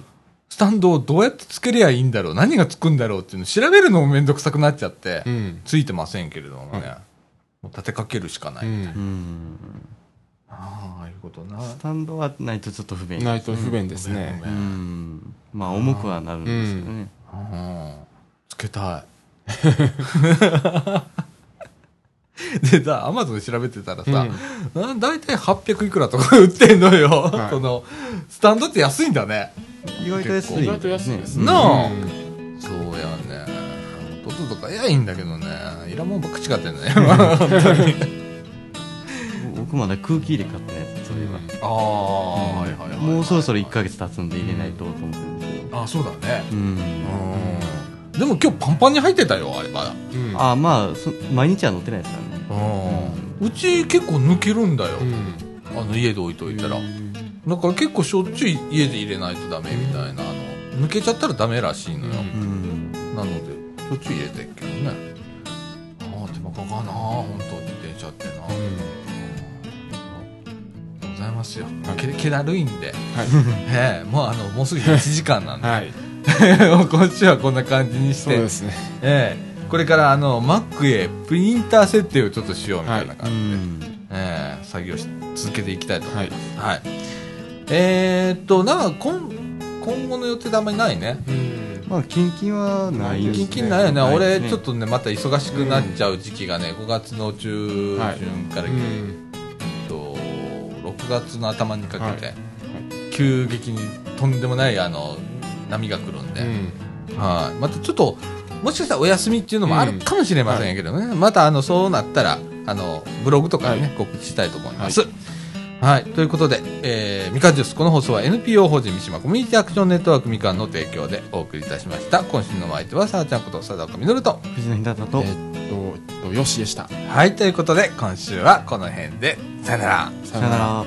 [SPEAKER 1] スタンドをどうやってつけりゃいいんだろう何がつくんだろうっていうの調べるのも面倒くさくなっちゃって、
[SPEAKER 3] うん
[SPEAKER 1] ついてませんけれどもね、
[SPEAKER 3] はい
[SPEAKER 1] もう立てかけるしかな
[SPEAKER 3] う
[SPEAKER 1] い、
[SPEAKER 2] うんん。
[SPEAKER 1] ああああいうことな
[SPEAKER 2] スタンドはないとちょっと不便。
[SPEAKER 3] ないと不便ですね
[SPEAKER 1] ごめんごめ
[SPEAKER 2] う
[SPEAKER 1] ん
[SPEAKER 2] ん。まあ、重くはなるんですけどね。
[SPEAKER 1] うんつけたいでさアマゾンで調べてたらさ、うん、大体800いくらとか売ってんのよ、
[SPEAKER 3] い
[SPEAKER 1] そのスタンドって安いんだね
[SPEAKER 2] 意外と安い、
[SPEAKER 3] 意外と安いです
[SPEAKER 1] ね
[SPEAKER 2] ね。
[SPEAKER 1] なあ
[SPEAKER 3] うん
[SPEAKER 1] そうやね弟とかいやいいんだけどねいらんもんばっか違ってんだよ本当に
[SPEAKER 2] 僕まだ空気入れ買ってないです、それ
[SPEAKER 1] あ
[SPEAKER 2] は。
[SPEAKER 1] あ、はいはいはい
[SPEAKER 2] もうそろそろ1ヶ月経つんで入れないとと思ってるんですけど。
[SPEAKER 1] あそうだね
[SPEAKER 2] うん。
[SPEAKER 1] うんでも今日パンパンに入ってたよあれまだ
[SPEAKER 3] うん
[SPEAKER 2] あまあそ毎日は乗ってないですからね
[SPEAKER 1] うち結構抜けるんだよ、
[SPEAKER 3] うん
[SPEAKER 1] あの家で置いといたら、だから結構しょっちゅう家で入れないとダメみたいなあの抜けちゃったらダメらしいのよ、
[SPEAKER 3] うん
[SPEAKER 2] ん
[SPEAKER 1] なのでしょっちゅう入れてるけどねああ手間かかんな本当自転車ってな、ございますよ、
[SPEAKER 3] はい
[SPEAKER 1] け気だるいんで、
[SPEAKER 3] はい
[SPEAKER 1] ええもうあのもうすぐ1時間なんで、
[SPEAKER 3] はい
[SPEAKER 1] 今週はこんな感じにし
[SPEAKER 3] そう
[SPEAKER 1] て
[SPEAKER 3] で、すね
[SPEAKER 1] ええこれからあの Mac へプリンター設定をちょっとしようみたいな
[SPEAKER 2] う
[SPEAKER 1] 感じで、
[SPEAKER 2] ん
[SPEAKER 1] ええ作業し続けていきたいと思い
[SPEAKER 3] はい
[SPEAKER 1] ます、はいえー、っとなんか今今後の予定であんまりないね
[SPEAKER 2] まあ近々はないです
[SPEAKER 1] キ
[SPEAKER 2] ね
[SPEAKER 1] ンキンないよね
[SPEAKER 2] ないです
[SPEAKER 1] 俺
[SPEAKER 2] ね
[SPEAKER 1] ちょっとねまた忙しくなっちゃう時期がね5月の中
[SPEAKER 3] はい
[SPEAKER 1] 旬から、
[SPEAKER 3] う
[SPEAKER 1] え
[SPEAKER 3] ん
[SPEAKER 1] っと6月の頭にかけて、
[SPEAKER 3] はい
[SPEAKER 1] 急激にとんでもないあの波が来るんで、
[SPEAKER 3] うん
[SPEAKER 1] はいまたちょっともしかしたらお休みっていうのもあるかもしれませんけどね、またあのそうなったらあのブログとかにね、告知したいと思います。はいということで、えーみかんジュース、この放送は NPO 法人三島コミュニティアクションネットワークみかんの提供でお送りいたしました。今週のお相手は、さあちゃんこと佐藤みのると。
[SPEAKER 2] 藤野日向
[SPEAKER 3] え
[SPEAKER 2] と
[SPEAKER 3] っとえっとよしでした
[SPEAKER 1] はい、ということで、今週はこの辺で、さよなら。
[SPEAKER 3] さ
[SPEAKER 2] さよなら